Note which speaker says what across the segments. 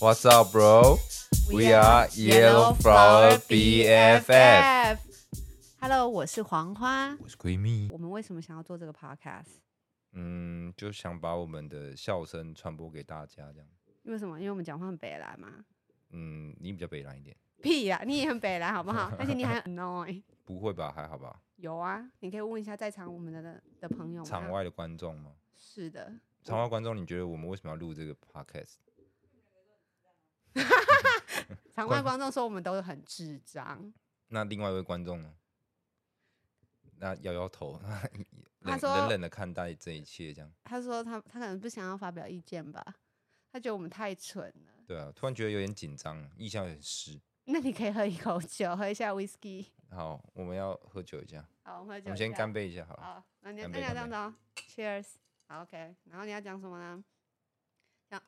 Speaker 1: What's up, bro? We are Yellow Flower BFF。
Speaker 2: Hello，我是黄花。
Speaker 1: 我是闺蜜。
Speaker 2: 我们为什么想要做这个 podcast？
Speaker 1: 嗯，就想把我们的笑声传播给大家，这样。
Speaker 2: 因为什么？因为我们讲话很北蓝嘛。
Speaker 1: 嗯，你比较北蓝一点，
Speaker 2: 屁呀、你也很北蓝好 不好？而且你还很 annoy。
Speaker 1: 不会吧？还好吧？
Speaker 2: 有啊，你可以问一下在场我们的的朋友们啊。
Speaker 1: 场外的观众吗？
Speaker 2: 是的，
Speaker 1: 场外观众，你觉得我们为什么要录这个 podcast？
Speaker 2: 场外观众说我们都很智障。
Speaker 1: 那另外一位观众呢？那摇摇头，
Speaker 2: 他
Speaker 1: 冷
Speaker 2: 说
Speaker 1: 冷冷的看待这一切，这样。
Speaker 2: 他说他他可能不想要发表意见吧，他觉得我们太蠢了。
Speaker 1: 对啊，突然觉得有点紧张，意向有点湿。
Speaker 2: 那你可以喝一口酒，喝一下 whisky。
Speaker 1: 好，我们要喝酒一下，
Speaker 2: 好，我们喝
Speaker 1: 我
Speaker 2: 酒。
Speaker 1: 们先干。杯一下好了。
Speaker 2: 好，那你要
Speaker 1: 干
Speaker 2: 那
Speaker 1: 杯
Speaker 2: 你要
Speaker 1: 干
Speaker 2: 这样
Speaker 1: 杯
Speaker 2: 子哦，Cheers。好，OK。然后你要讲什么呢？讲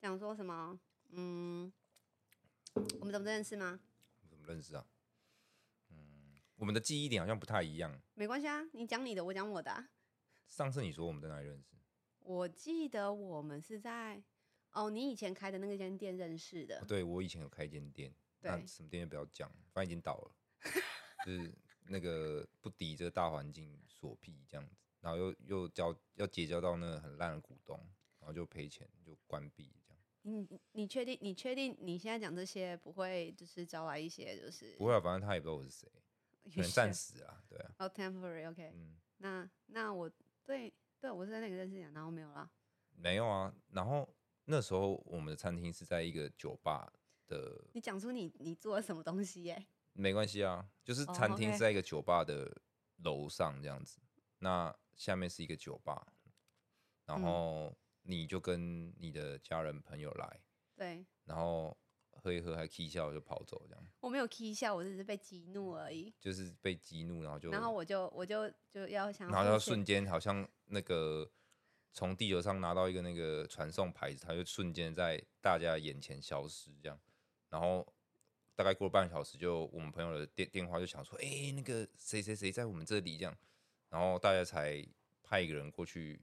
Speaker 2: 讲说什么？嗯，我们怎么认识吗？
Speaker 1: 怎么认识啊？嗯，我们的记忆点好像不太一样。
Speaker 2: 没关系啊，你讲你的，我讲我的啊、
Speaker 1: 上次你说我们在哪里认识？
Speaker 2: 我记得我们是在哦，你以前开的那间店认识的
Speaker 1: 哦。对我以前有开一间店，那
Speaker 2: 对
Speaker 1: 什么店就不要讲，反正已经倒 了，就是那个不敌这个大环境所逼这样子，然后又又交要结交到那个很烂的股东，然后就赔钱就关闭这样。
Speaker 2: 你你确定？你确定你现在讲这些不会就是招来一些就是
Speaker 1: 不会啊，反正他也不知道我是谁，可
Speaker 2: 有
Speaker 1: 能
Speaker 2: 些
Speaker 1: 暂时啊，对啊，
Speaker 2: 哦、temporary OK？、
Speaker 1: 嗯，
Speaker 2: 那那我对对我是在那个认识你的，然后没有啦。
Speaker 1: 没有啊。然后那时候我们的餐厅是在一个酒吧的，
Speaker 2: 你讲出你你做了什么东西耶、
Speaker 1: 没关系啊，就是
Speaker 2: 哦
Speaker 1: 餐厅
Speaker 2: ，OK
Speaker 1: 是在一个酒吧的楼上这样子，那下面是一个酒吧，然
Speaker 2: 嗯
Speaker 1: 后你就跟你的家人朋友来，
Speaker 2: 对
Speaker 1: 然后喝一喝还 k e 笑就跑走，这样
Speaker 2: 我没有 k 笑，我只是被激怒而已。
Speaker 1: 就是被激怒，然后嗯就
Speaker 2: 然后我就我就就要想
Speaker 1: 然
Speaker 2: 要
Speaker 1: 后他
Speaker 2: 付钱
Speaker 1: 瞬间好像那个从地球上拿到一个那个传送牌子，他就瞬间在大家眼前消失这样。然后大概过了半个小时就，我们朋友的电电话就想说，哎、那个谁谁谁在我们这里这样，然后大家才派一个人过去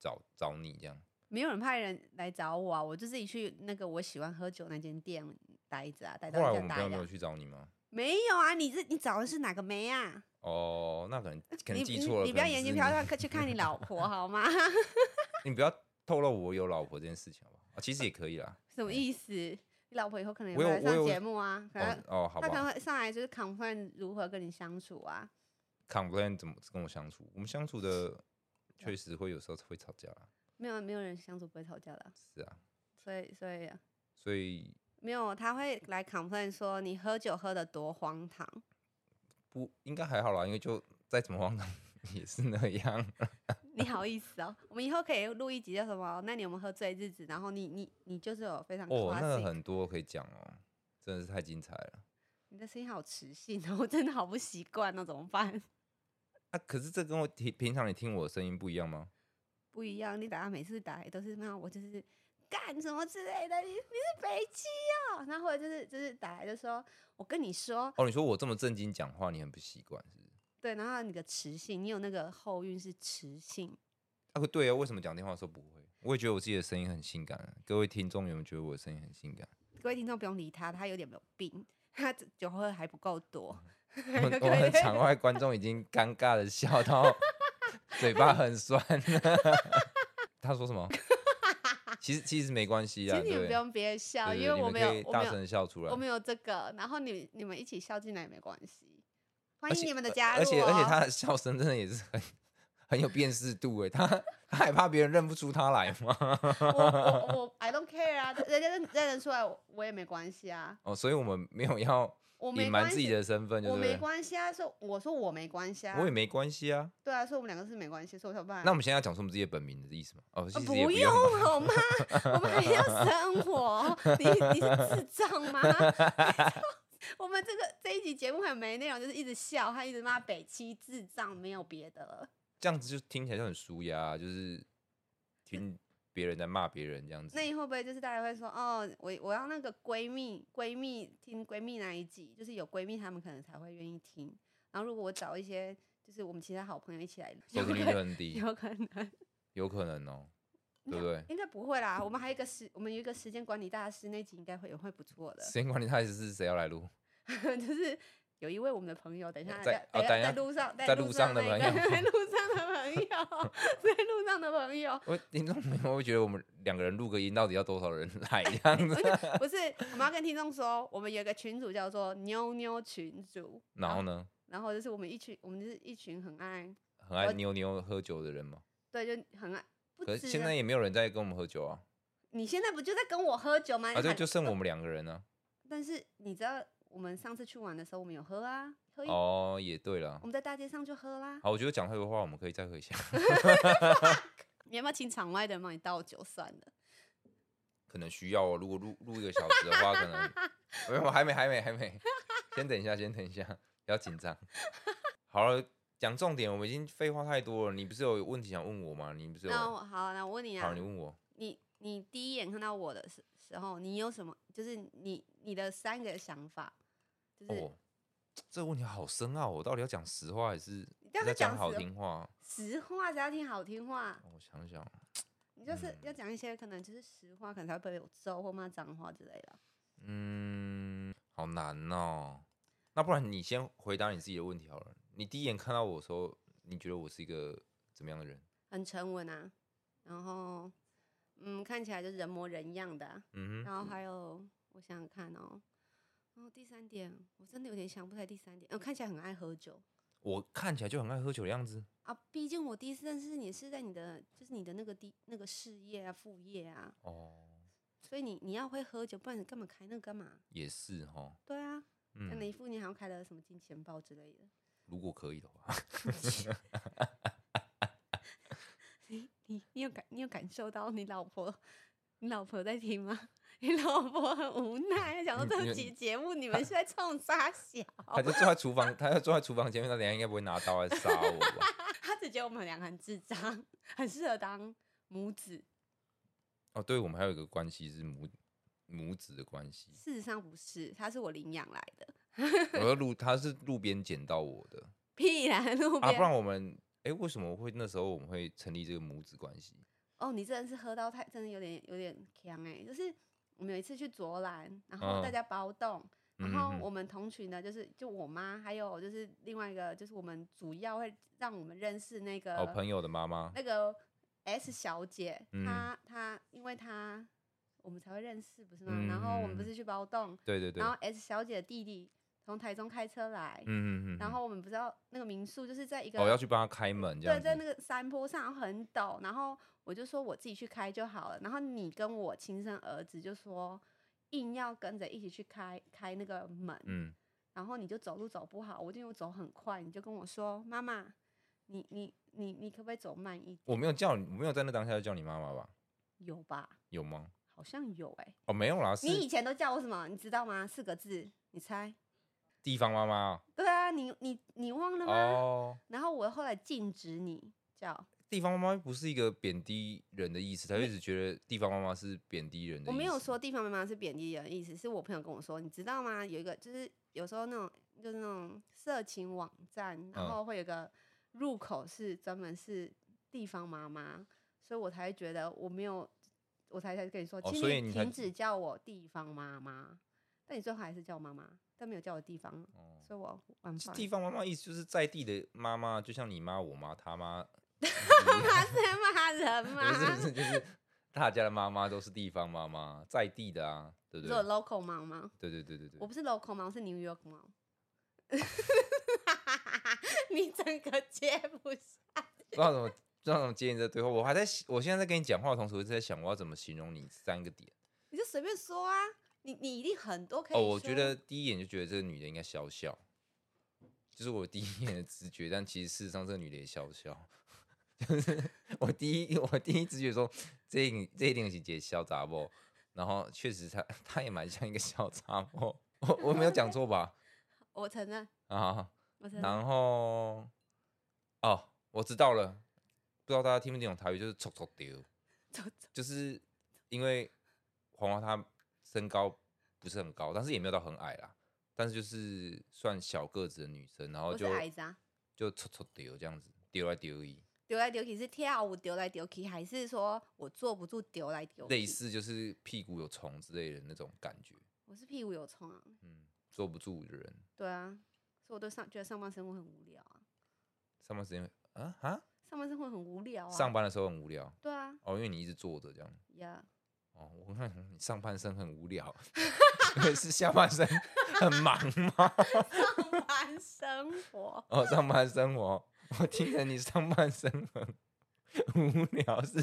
Speaker 1: 找找你这样。
Speaker 2: 没有人派人来找我啊，我就自己去那个我喜欢喝酒那间店待着啊，待
Speaker 1: 后
Speaker 2: 到
Speaker 1: 来
Speaker 2: 一
Speaker 1: 我
Speaker 2: 家
Speaker 1: 们朋
Speaker 2: 待
Speaker 1: 友没有
Speaker 2: 着。
Speaker 1: 去找你吗？
Speaker 2: 没有啊，你是你找的是哪个梅啊？
Speaker 1: 哦，那可 能可能
Speaker 2: 你
Speaker 1: 记
Speaker 2: 你
Speaker 1: 错了。
Speaker 2: 你
Speaker 1: 可
Speaker 2: 不要
Speaker 1: 能
Speaker 2: 眼
Speaker 1: 是
Speaker 2: 睛瞟到去看你老婆好吗？
Speaker 1: 你，你不要透露我有老婆这件事情好不好？啊，其实也可以啦。
Speaker 2: 什么意思？你老婆以后可能也
Speaker 1: 我
Speaker 2: 会
Speaker 1: 有
Speaker 2: 来
Speaker 1: 我有
Speaker 2: 上节目啊， 可能
Speaker 1: 哦哦，好
Speaker 2: 她可
Speaker 1: 吧
Speaker 2: 能。会上来就是 confirm 如何跟你相处啊。
Speaker 1: complain 怎么跟我相处？我们相处的确实会有时候会吵架啦，
Speaker 2: 没有没有人相处不会吵架的啊，
Speaker 1: 是啊，
Speaker 2: 所以所以啊
Speaker 1: 所以
Speaker 2: 没有，他会来 complain 说你喝酒喝的多荒唐。
Speaker 1: 不应该还好啦，因为就再怎么荒唐也是那样。
Speaker 2: 你好意思哦，我们以后可以录一集叫什么？那你有没有喝醉日子？然后你你你就是有非常
Speaker 1: 哦，那
Speaker 2: classic，、
Speaker 1: 个很多可以讲哦，真的是太精彩了。
Speaker 2: 你的声音好磁性哦，我真的好不习惯哦，怎么办？
Speaker 1: 啊，可是这跟我平平常你听我的声音不一样吗？
Speaker 2: 不一样，你打每次打也都是那我就是干什么之类的，你你是北七哦，然后或者就是就是打来就说我跟你说，
Speaker 1: 哦，你说我这么正经讲话，你很不习惯是不是？
Speaker 2: 对，然后你的磁性，你有那个后韵是磁性，
Speaker 1: 啊，对啊，为什么讲电话的时候不会？我也觉得我自己的声音很性感、啊。各位听众有没有觉得我的声音很性感？
Speaker 2: 各位听众不用理他，他有点有病，他酒喝得还不够多，
Speaker 1: 我们我
Speaker 2: 各位
Speaker 1: 们 场外观众已经尴尬的笑到嘴巴很酸 了。他说什么？其实其实没关系
Speaker 2: 其
Speaker 1: 啊，
Speaker 2: 实你
Speaker 1: 对
Speaker 2: 们不
Speaker 1: 对
Speaker 2: 用憋笑，
Speaker 1: 对，
Speaker 2: 因为
Speaker 1: 你
Speaker 2: 我
Speaker 1: 们
Speaker 2: 没
Speaker 1: 可
Speaker 2: 有
Speaker 1: 以
Speaker 2: 我
Speaker 1: 大
Speaker 2: 没有
Speaker 1: 声地笑出来
Speaker 2: 我。们有这个，然后你你们一起笑进来也没关系，欢
Speaker 1: 而
Speaker 2: 迎
Speaker 1: 且
Speaker 2: 你们的
Speaker 1: 呃
Speaker 2: 加入、哦
Speaker 1: 而且而且他的笑声真的也是很很有辨识度哎，他他害怕别人认不出他来吗？
Speaker 2: 我我我 I don't care 啊，人家认认得出来我我也没关系啊，
Speaker 1: 哦，所以我们没有要
Speaker 2: 我没
Speaker 1: 隐瞒
Speaker 2: 关
Speaker 1: 自己
Speaker 2: 系，
Speaker 1: 的身份，就
Speaker 2: 我
Speaker 1: 对
Speaker 2: 没
Speaker 1: 不对？
Speaker 2: 关系啊，说我说我没关系啊
Speaker 1: 我，也没关系啊。
Speaker 2: 对啊，所以我们两个是没关系，所以我想办
Speaker 1: 那我们现在要讲出我们自己的本名的意思吗？哦，其实也
Speaker 2: 呃不
Speaker 1: 用
Speaker 2: 用
Speaker 1: 吧。
Speaker 2: 好吗？ 我们还要生活，你你是智障 吗？我们这个这一集节目很没内容，就是一直笑，还一直骂北七智障，没有别的了。
Speaker 1: 这样子就听起来就很舒压啊，就是听别人在骂别人这样子
Speaker 2: 那。你会不会就是大家会说哦，我我要那个闺蜜闺蜜听闺蜜那一集，就是有闺蜜她们可能才会愿意听。然后如果我找一些就是我们其他好朋友一起来，
Speaker 1: 收
Speaker 2: 有可
Speaker 1: 听率就很低，
Speaker 2: 有可能
Speaker 1: 有可能哦。对不对？
Speaker 2: 应该不会啦。我们还有一个时，我们有一个时间管理大师那集应该会也会不错的
Speaker 1: 时，间管理大师是谁要来录？
Speaker 2: 就是有一位我们的朋友，等一下
Speaker 1: 在
Speaker 2: 等
Speaker 1: 哦等一
Speaker 2: 在
Speaker 1: 下
Speaker 2: 路上
Speaker 1: 在
Speaker 2: 路
Speaker 1: 路
Speaker 2: 上
Speaker 1: 上的
Speaker 2: 那一
Speaker 1: 朋
Speaker 2: 个
Speaker 1: 友
Speaker 2: 在路上的朋友，在路上的朋友，
Speaker 1: 我听众朋友会觉得我们两个人录个音到底要多少人来这样子？
Speaker 2: 不是，我们要跟听众说，我们有一个群组叫做妞妞群组，
Speaker 1: 然后呢，
Speaker 2: 然后就是我们一群，我们就是一群很爱，
Speaker 1: 很爱
Speaker 2: 我
Speaker 1: 妞妞喝酒的人嘛。
Speaker 2: 对，就很爱。不
Speaker 1: 可
Speaker 2: 止
Speaker 1: 是现
Speaker 2: 啊
Speaker 1: 在也没有人在跟我们喝酒啊，
Speaker 2: 你现在不就在跟我喝酒吗？
Speaker 1: 啊，对，
Speaker 2: 喊
Speaker 1: 就剩我们两个人呢、
Speaker 2: 但是你知道，我们上次去玩的时候，我们有喝啊，喝一，
Speaker 1: 哦，也对了
Speaker 2: 我。们在大街上就喝啦。
Speaker 1: 好，我觉得讲太多话，我们可以再喝一下，
Speaker 2: 你要不要请场外的人帮你倒酒算了？
Speaker 1: 可能需要哦。如果录录一个小时的话，可 能没有，还没，还没，还没，先等一下，先等一下，不要紧张。好了，讲重点，我们已经废话太多了。你不是有问题想问我吗？你不是有？
Speaker 2: 那我好，那我问你
Speaker 1: 好，
Speaker 2: 啊
Speaker 1: 你，问我。
Speaker 2: 你你第一眼看到我的时时候，你有什么？就是你你的三个想法，就是
Speaker 1: 哦，这个问题好深奥哦，我到底要讲实话还是
Speaker 2: 你到底
Speaker 1: 在
Speaker 2: 讲
Speaker 1: 讲好
Speaker 2: 实
Speaker 1: 听话？
Speaker 2: 实话，只要听好听话，
Speaker 1: 我想想，
Speaker 2: 你就是要
Speaker 1: 嗯
Speaker 2: 讲一些可能就是实话，可能才会被我揍或骂脏话之类的。啊
Speaker 1: 嗯，好难哦。那不然你先回答你自己的问题好了。你第一眼看到我的时候，你觉得我是一个怎么样的人？
Speaker 2: 很沉稳啊，然后嗯，看起来就是人模人样的啊、
Speaker 1: 嗯哼，
Speaker 2: 然后还有我想想看哦，然后第三点我真的有点想不起来第三点，呃，看起来很爱喝酒
Speaker 1: 我看起来就很爱喝酒的样子。
Speaker 2: 啊，毕竟我第一次认识你是在你的就是你的那个第那个事业啊副业啊，
Speaker 1: 哦，
Speaker 2: 所以你你要会喝酒，不然你干嘛开那个干嘛？
Speaker 1: 也是哈。
Speaker 2: 对啊，那你
Speaker 1: 嗯，
Speaker 2: 一副你好像开了什么金钱豹之类的，
Speaker 1: 如果可以的话，
Speaker 2: 你你你有感你有感受到你老婆你老婆在听吗？你老婆很无奈，想说
Speaker 1: 嗯因
Speaker 2: 这
Speaker 1: 为
Speaker 2: 期节目你们是在冲啥小？
Speaker 1: 他就坐在厨房，他就坐在厨房前面，他等一下应该不会拿刀来杀我 吧？
Speaker 2: 他只觉得我们两个很智障，很适合当母子。
Speaker 1: 哦，对，我们还有一个关系是母母子的关 系。
Speaker 2: 事实上不是，他是我领养来的。
Speaker 1: 我要路，他是路边捡到我的
Speaker 2: 屁啦，路
Speaker 1: 啊，
Speaker 2: 边、
Speaker 1: 不然我们哎、为什么会那时候我们会成立这个母子关系？
Speaker 2: 哦，你真的是喝到太，真的有点有点强哎、就是我们有一次去卓兰，然后大
Speaker 1: 嗯
Speaker 2: 家包栋。然
Speaker 1: 嗯
Speaker 2: 后
Speaker 1: 哼
Speaker 2: 我们同群的，就是就我妈，还有就是另外一个，就是我们主要会让我们认识那个
Speaker 1: 好哦朋友的妈妈，
Speaker 2: 呃那个 S 小姐，
Speaker 1: 嗯
Speaker 2: 她她因为她我们才会认识，不是吗？然后我们不
Speaker 1: 嗯
Speaker 2: 是去包栋，
Speaker 1: 对对对
Speaker 2: 然，后 S 小姐的弟弟从台中开车来，
Speaker 1: 嗯嗯嗯，
Speaker 2: 然后我们不知道那个民宿就是在一个、
Speaker 1: 哦要去帮他开门这样
Speaker 2: 对，
Speaker 1: 子，
Speaker 2: 在那个山坡上然后很陡，然后我就说我自己去开就好了，然后你跟我亲生儿子就说硬要跟着一起去开开那个门，
Speaker 1: 嗯，
Speaker 2: 然后你就走路走不好，我就因为我走很快，你就跟我说妈妈，你你你你可不可以走慢一点？
Speaker 1: 我没有叫你，我没有在那当下就叫你妈妈吧？
Speaker 2: 有吧？
Speaker 1: 有吗？
Speaker 2: 好像有哎、
Speaker 1: 哦，没有啦，是
Speaker 2: 你以前都叫我什么？你知道吗？四个字，你猜？
Speaker 1: 地方妈妈
Speaker 2: 对啊，你你你忘了
Speaker 1: 哦
Speaker 2: 吗？
Speaker 1: 哦，
Speaker 2: 然后我后来禁止你叫，
Speaker 1: 地方妈妈不是一个贬低人的意思，他就一直觉得地方妈妈是贬低人的意思。
Speaker 2: 我没有说地方妈妈是贬低人的意思，是我朋友跟我说，你知道吗？有一个就是有时候那种就是那种色情网站，然
Speaker 1: 嗯
Speaker 2: 后会有个入口是专门是地方妈妈，所以我才会觉得我没有，我才才跟你说，
Speaker 1: 哦
Speaker 2: 请
Speaker 1: 所以你才
Speaker 2: 停止叫我地方妈妈，但你最后还是叫我妈妈，但没有叫我地方，
Speaker 1: 哦。
Speaker 2: 所以我晚
Speaker 1: 是
Speaker 2: 饭
Speaker 1: 地方妈妈意思就是在地的妈妈，就像你妈、我妈、他 妈，
Speaker 2: 妈是骂人
Speaker 1: 不
Speaker 2: 吗？
Speaker 1: 是不是，就是大家的妈妈都是地方妈妈，在地的啊，对
Speaker 2: 你
Speaker 1: 不
Speaker 2: 说我
Speaker 1: 对？
Speaker 2: local 猫吗？
Speaker 1: 对对对对对
Speaker 2: 我。不是 local 猫，我是 New York 猫。 你整个接不下。
Speaker 1: 不知道怎么，不知道怎么接你这对话。我还在想，我现在在跟你讲话的同时，我一直在想我要怎么形容你三个点。
Speaker 2: 你就随便说啊，你你一定很多可以
Speaker 1: 哦，
Speaker 2: 说。
Speaker 1: 我觉得第一眼就觉得这个女的应该小小，就是我第一眼的直觉。但其实事实上，这个女的也小小，就是我第一我第一直觉说这一这一定是姐小杂货，然后确实她她也蛮像一个小杂货。我我没有讲错吧？
Speaker 2: 我承认，
Speaker 1: 啊，
Speaker 2: 我承 认。
Speaker 1: 然后哦，我知道了，不知道大家听不听懂台语，就是臭臭丢。
Speaker 2: 走走
Speaker 1: 就是因为黄花她身高不是很高，但是也没有到很矮啦，但是就是算小个子的女生，然后
Speaker 2: 我是
Speaker 1: 就
Speaker 2: 矮子啊，
Speaker 1: 就戳戳丢这样子丢来丢去，
Speaker 2: 丢来丢去是跳舞丢来丢去，还是说我坐不住丢来丢去？
Speaker 1: 类似就是屁股有虫之类的那种感觉，
Speaker 2: 我是屁股有虫啊，
Speaker 1: 嗯，坐不住的人，
Speaker 2: 对啊，所以我对上觉得上半生活很无聊啊，
Speaker 1: 上班时间啊啊，
Speaker 2: 上半生活很无聊啊，
Speaker 1: 上班的时候很无聊
Speaker 2: 对啊，
Speaker 1: 哦，因为你一直坐着这样。
Speaker 2: 呀、
Speaker 1: 哦，我看你上半身很无 聊， 所以是下半身很忙吗？
Speaker 2: 上班生活
Speaker 1: 哦，上半身我我听着你上半身很无聊，是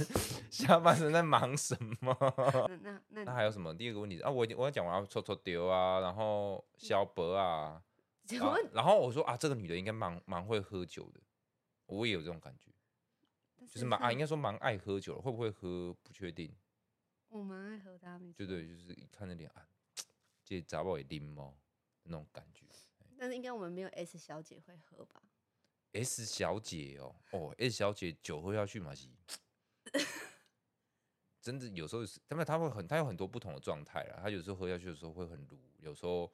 Speaker 1: 下半身在忙什么？
Speaker 2: 那那那
Speaker 1: 那
Speaker 2: 你
Speaker 1: 还有什么？第二个问题是啊，我已经我要讲完了，抽抽丢啊，然后肖博 啊，
Speaker 2: 请
Speaker 1: 然后
Speaker 2: 问
Speaker 1: 然后我说啊，这个女的应该蛮蛮会喝酒的，我也有这种感觉，就是蛮啊，应该说蛮爱喝酒的，会不会喝不确定，
Speaker 2: 我蛮爱喝的啊，没
Speaker 1: 就
Speaker 2: 错
Speaker 1: 对，就是一看那脸啊，这杂包也拎哦，那种感觉。
Speaker 2: 但是应该我们没有 S 小姐会喝吧？
Speaker 1: S 小姐哦，哦，S 小姐酒喝下去嘛是，真的有时候是，他们他会很，他有很多不同的状态啦。他有时候喝下去的时候会很鲁，有时候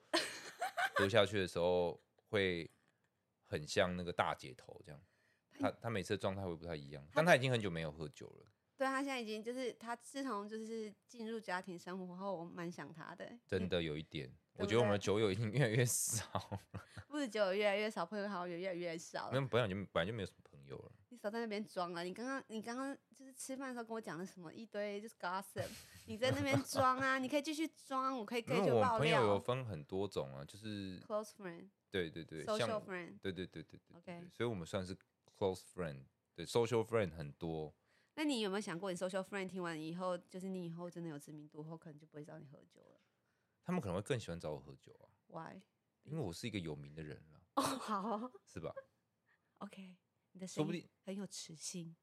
Speaker 1: 喝下去的时候会很像那个大姐头这样。他他每次的状态会不太一样，但他已经很久没有喝酒了，
Speaker 2: 对啊他现在已经就是他自从就是进入家庭生活后，我蛮想他的，欸
Speaker 1: 真的有一点。
Speaker 2: 嗯对
Speaker 1: 我
Speaker 2: 不
Speaker 1: 觉得我们的
Speaker 2: 对
Speaker 1: 酒友已经越来越少，
Speaker 2: 不止酒友越来越少，朋友好友越来越少
Speaker 1: 那
Speaker 2: 了。
Speaker 1: 本来就本来就没有什么朋友了。
Speaker 2: 你少在那边装啊了，你刚刚你刚刚就是吃饭的时候跟我讲的什么一堆就是 gossip，你 在那边装啊，你可以继续装，我可以
Speaker 1: 因
Speaker 2: 可以
Speaker 1: 为
Speaker 2: 就
Speaker 1: 我
Speaker 2: 爆
Speaker 1: 朋友有
Speaker 2: 料。
Speaker 1: 分很多种啊，就是
Speaker 2: Close friend,
Speaker 1: 对对对，
Speaker 2: social
Speaker 1: 像
Speaker 2: friend。
Speaker 1: 对对对对对对对
Speaker 2: OK
Speaker 1: 所以我们算是 close friend，对 social friend 很多，
Speaker 2: 那你有没有想过，你 social friend 听完以后，就是你以后真的有知名度后，可能就不会找你喝酒了
Speaker 1: 他们可能会更喜欢找我喝酒啊，
Speaker 2: ？Why？
Speaker 1: 因为我是一个有名的人了，
Speaker 2: 哦，好
Speaker 1: 是吧？
Speaker 2: ，OK，你的
Speaker 1: 说
Speaker 2: 声
Speaker 1: 不
Speaker 2: 音
Speaker 1: 定
Speaker 2: 很有磁性。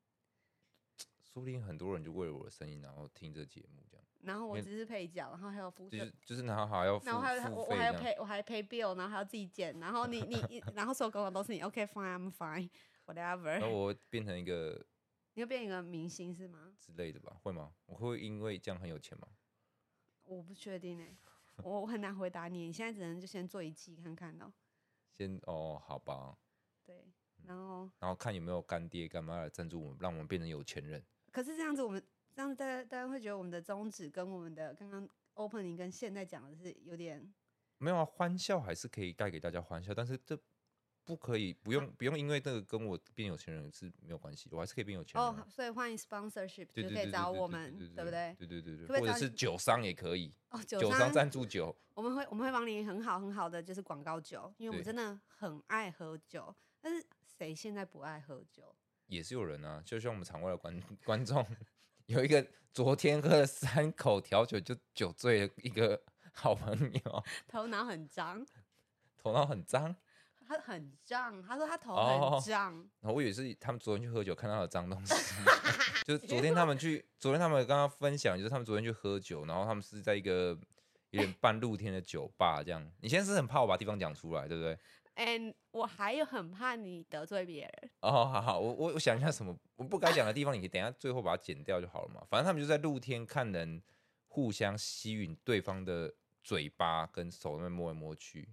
Speaker 1: 说不定很多人就为了我的声音，然后听这节目这样，
Speaker 2: 然后我
Speaker 1: 因为
Speaker 2: 只是配角，然后还有服
Speaker 1: 就
Speaker 2: 饰
Speaker 1: 是就是然后还要付
Speaker 2: 然后还有
Speaker 1: 付
Speaker 2: 我我
Speaker 1: 费
Speaker 2: 还要
Speaker 1: 这样，
Speaker 2: 陪我还陪 bill，然后还要自己剪，然后你 你你然后所有功能都是你，OK fine I'm fine
Speaker 1: 然后
Speaker 2: whatever，
Speaker 1: 我会变成一个
Speaker 2: 你会变一个明星是吗？
Speaker 1: 之类的吧？会吗？我会因为这样很有钱吗？
Speaker 2: 我不确定哎、我我很难回答你，你现在只能就先做一季看看咯。
Speaker 1: 先哦，好吧，
Speaker 2: 对，
Speaker 1: 嗯
Speaker 2: 然后
Speaker 1: 然后看有没有干爹干妈来赞助我们，让我们变成有钱人。
Speaker 2: 可是这样子我们这样子大家大家会觉得我们的宗旨跟我们的刚刚 opening 跟现在讲的是有点
Speaker 1: 没有啊，欢笑还是可以带给大家欢笑，但是这不可以，不用不用，因为这个跟我变有钱人是没有关系的，我还是可以变有钱人
Speaker 2: 哦
Speaker 1: 啊。，
Speaker 2: 所以欢迎 sponsorship
Speaker 1: 对对
Speaker 2: 就可
Speaker 1: 对
Speaker 2: 以
Speaker 1: 对
Speaker 2: 找
Speaker 1: 对
Speaker 2: 我
Speaker 1: 对
Speaker 2: 们，对
Speaker 1: 对
Speaker 2: 不对？
Speaker 1: 对对对
Speaker 2: 可不可
Speaker 1: 对，
Speaker 2: 以
Speaker 1: 或者
Speaker 2: 找
Speaker 1: 是
Speaker 2: 你
Speaker 1: 酒商也可以，
Speaker 2: 哦，酒
Speaker 1: 酒
Speaker 2: 商
Speaker 1: 商赞助酒，
Speaker 2: 我们会我们会帮你很好很好的就是广告酒，因为我们
Speaker 1: 对
Speaker 2: 真的很爱喝酒，但是谁现在不爱喝酒？
Speaker 1: 也是有人啊，就像我们场外的观 观众，有一个昨天喝了三口调酒就酒醉的一个好朋友，
Speaker 2: 头脑很脏，
Speaker 1: 头脑很脏。
Speaker 2: 他很胀，他说他头
Speaker 1: 哦
Speaker 2: 很胀，
Speaker 1: 然后我以为是他们昨天去喝酒看到的脏东西，就是昨天他们去，昨天他们刚刚分享，就是他们昨天去喝酒，然后他们是在一个有点半露天的酒吧这样。你现在是很怕我把地方讲出来，对不对？
Speaker 2: and 我还有很怕你得罪别人，
Speaker 1: 哦，好好，我我我想一下什么我不该讲的地方，你可以等一下最后把它剪掉就好了嘛。反正他们就在露天看人互相吸吮对方的嘴巴跟手那边摸来摸去，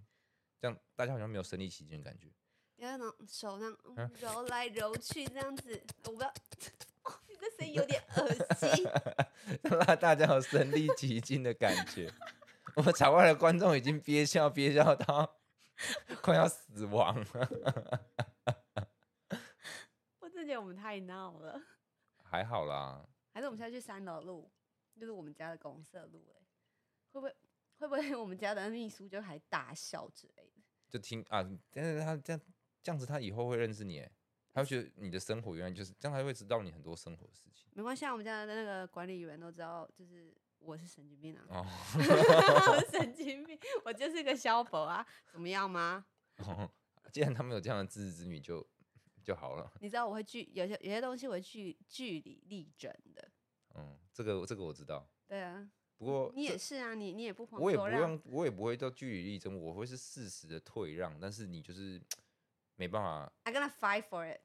Speaker 1: 这样大家好像没有身临其境的感觉。
Speaker 2: 然后呢手那样嗯 揉来揉去这样子，我不知道， 哦你的声音有点恶心，
Speaker 1: 让大家有身临其境的感 觉。我们场外的观众已经憋笑憋笑到 快要死亡了，
Speaker 2: 我真的觉得我们太闹了，
Speaker 1: 还好啦，
Speaker 2: 还是我们现在去三楼路，就是我们家的公社路、欸，会不会会不会我们家的秘书就还大笑之类的？
Speaker 1: 就听啊，但是他这样这样子，他以后会认识你欸，他会觉得你的生活原来就是这样，他会知道你很多生活的事情
Speaker 2: 没关系，啊，我们家的那个管理员都知道，就是我是神经病啊，
Speaker 1: 哦。
Speaker 2: 我是神经病，我就是个消博啊，怎么样吗？
Speaker 1: 哦既然他们有这样的自知之明就就好了。
Speaker 2: 你知道我会据有些有些东西我会据据理力争的，
Speaker 1: 嗯，这个这个我知道，
Speaker 2: 对啊，
Speaker 1: 不过
Speaker 2: 你
Speaker 1: 这
Speaker 2: 也是啊，你你也不遑
Speaker 1: 我也不
Speaker 2: 多让，
Speaker 1: 用，我也不会叫据理力争，我会是适时的退让，但是你就是没办法
Speaker 2: i gonna fight for it，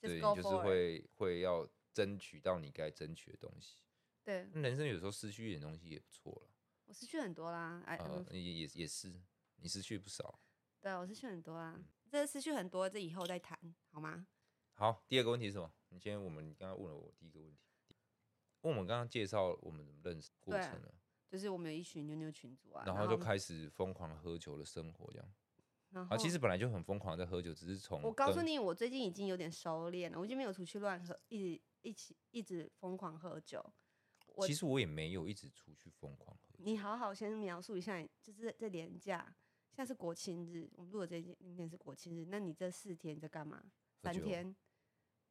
Speaker 1: 对，
Speaker 2: just
Speaker 1: 你就
Speaker 2: go
Speaker 1: 是
Speaker 2: for it，
Speaker 1: 会会要争取到你该争取的东西。
Speaker 2: 对
Speaker 1: 那人生有时候失去一点东西也不错了，
Speaker 2: 我失去很多啦，哎、
Speaker 1: 呃
Speaker 2: 嗯，
Speaker 1: 也也也是，你失去不少。嗯
Speaker 2: 对啊，我失去很多啊，这失去很多，这以后再谈好吗？
Speaker 1: 好，第二个问题是什么？你今天我们刚刚问了我第一个问题，问我们刚刚介绍我们怎么认识过
Speaker 2: 对
Speaker 1: 程了，
Speaker 2: 就是我们有一群妞妞群组啊，
Speaker 1: 然
Speaker 2: 后
Speaker 1: 后就，开始疯狂喝酒的生活这样。
Speaker 2: 然后
Speaker 1: 啊，其实本来就很疯狂在喝酒，只是从呃
Speaker 2: 我告诉
Speaker 1: 跟
Speaker 2: 你，我最近已经有点收敛了，我已经没有出去乱喝，一直一起一直疯狂喝酒。我
Speaker 1: 其实我也没有一直出去疯狂喝酒。
Speaker 2: 你好好先描述一下，就是这年假，现在是国庆日，我们录的这一集明天是国庆日，那你这四天你在干嘛？
Speaker 1: 喝
Speaker 2: 三
Speaker 1: 酒
Speaker 2: 天，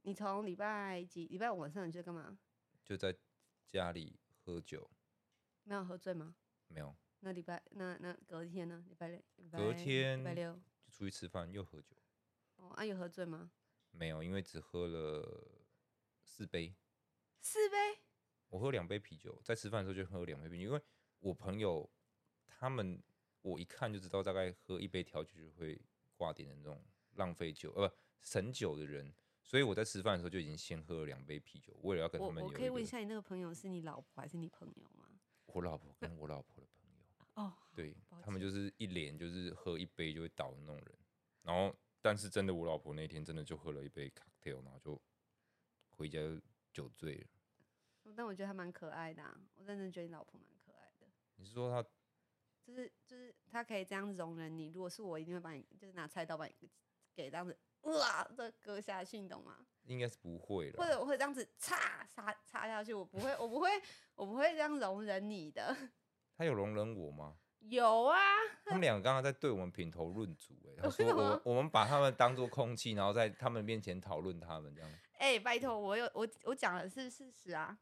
Speaker 2: 你从礼拜几？礼拜五晚上你在干嘛？
Speaker 1: 就在家里喝酒，
Speaker 2: 没有喝醉吗？
Speaker 1: 没有
Speaker 2: 那礼拜那那隔天呢？礼拜六、礼
Speaker 1: 隔
Speaker 2: 拜礼拜
Speaker 1: 天
Speaker 2: 六
Speaker 1: 就出去吃饭又喝酒，
Speaker 2: 哦，啊有喝醉吗？
Speaker 1: 没有，因为只喝了四杯，
Speaker 2: 四杯，
Speaker 1: 我喝两杯啤酒，在吃饭的时候就喝两杯啤酒，因为我朋友他们我一看就知道，大概喝一杯调酒就会挂点的那种浪费酒呃不省酒的人，所以我在吃饭的时候就已经先喝了两杯啤酒，为了要跟
Speaker 2: 我
Speaker 1: 他们
Speaker 2: 我
Speaker 1: 有
Speaker 2: 可以问一
Speaker 1: 一个
Speaker 2: 下你那个朋友是你老婆还是你朋友吗？
Speaker 1: 我老婆跟我老婆的朋友。
Speaker 2: 哦，
Speaker 1: 对
Speaker 2: 抱
Speaker 1: 他们
Speaker 2: 歉
Speaker 1: 就是一脸就是喝一杯就会倒的那种人。然后，但是真的，我老婆那天真的就喝了一杯 cocktail，然后就回家就酒醉了。
Speaker 2: 但我觉得她蛮可爱的、啊，我认真觉得你老婆蛮可爱的，
Speaker 1: 你是说她
Speaker 2: 就是就是她可以这样容忍你。如果是我，一定会把你就是拿菜刀把你给这样子哇这割下去，你懂吗？
Speaker 1: 应该是不会啊
Speaker 2: 或
Speaker 1: 了？
Speaker 2: 者我会这样子插插插下去，我不会，我不会，我不会这样容忍你的。
Speaker 1: 她有容忍我吗？
Speaker 2: 有啊，
Speaker 1: 他们两个刚刚在对我们品头论足、欸，哎，他 说
Speaker 2: 什
Speaker 1: 我
Speaker 2: 么
Speaker 1: 们我们把他们当做空气，然后在他们面前讨论他们这样。
Speaker 2: 哎、拜托，我有我我讲的是事实啊。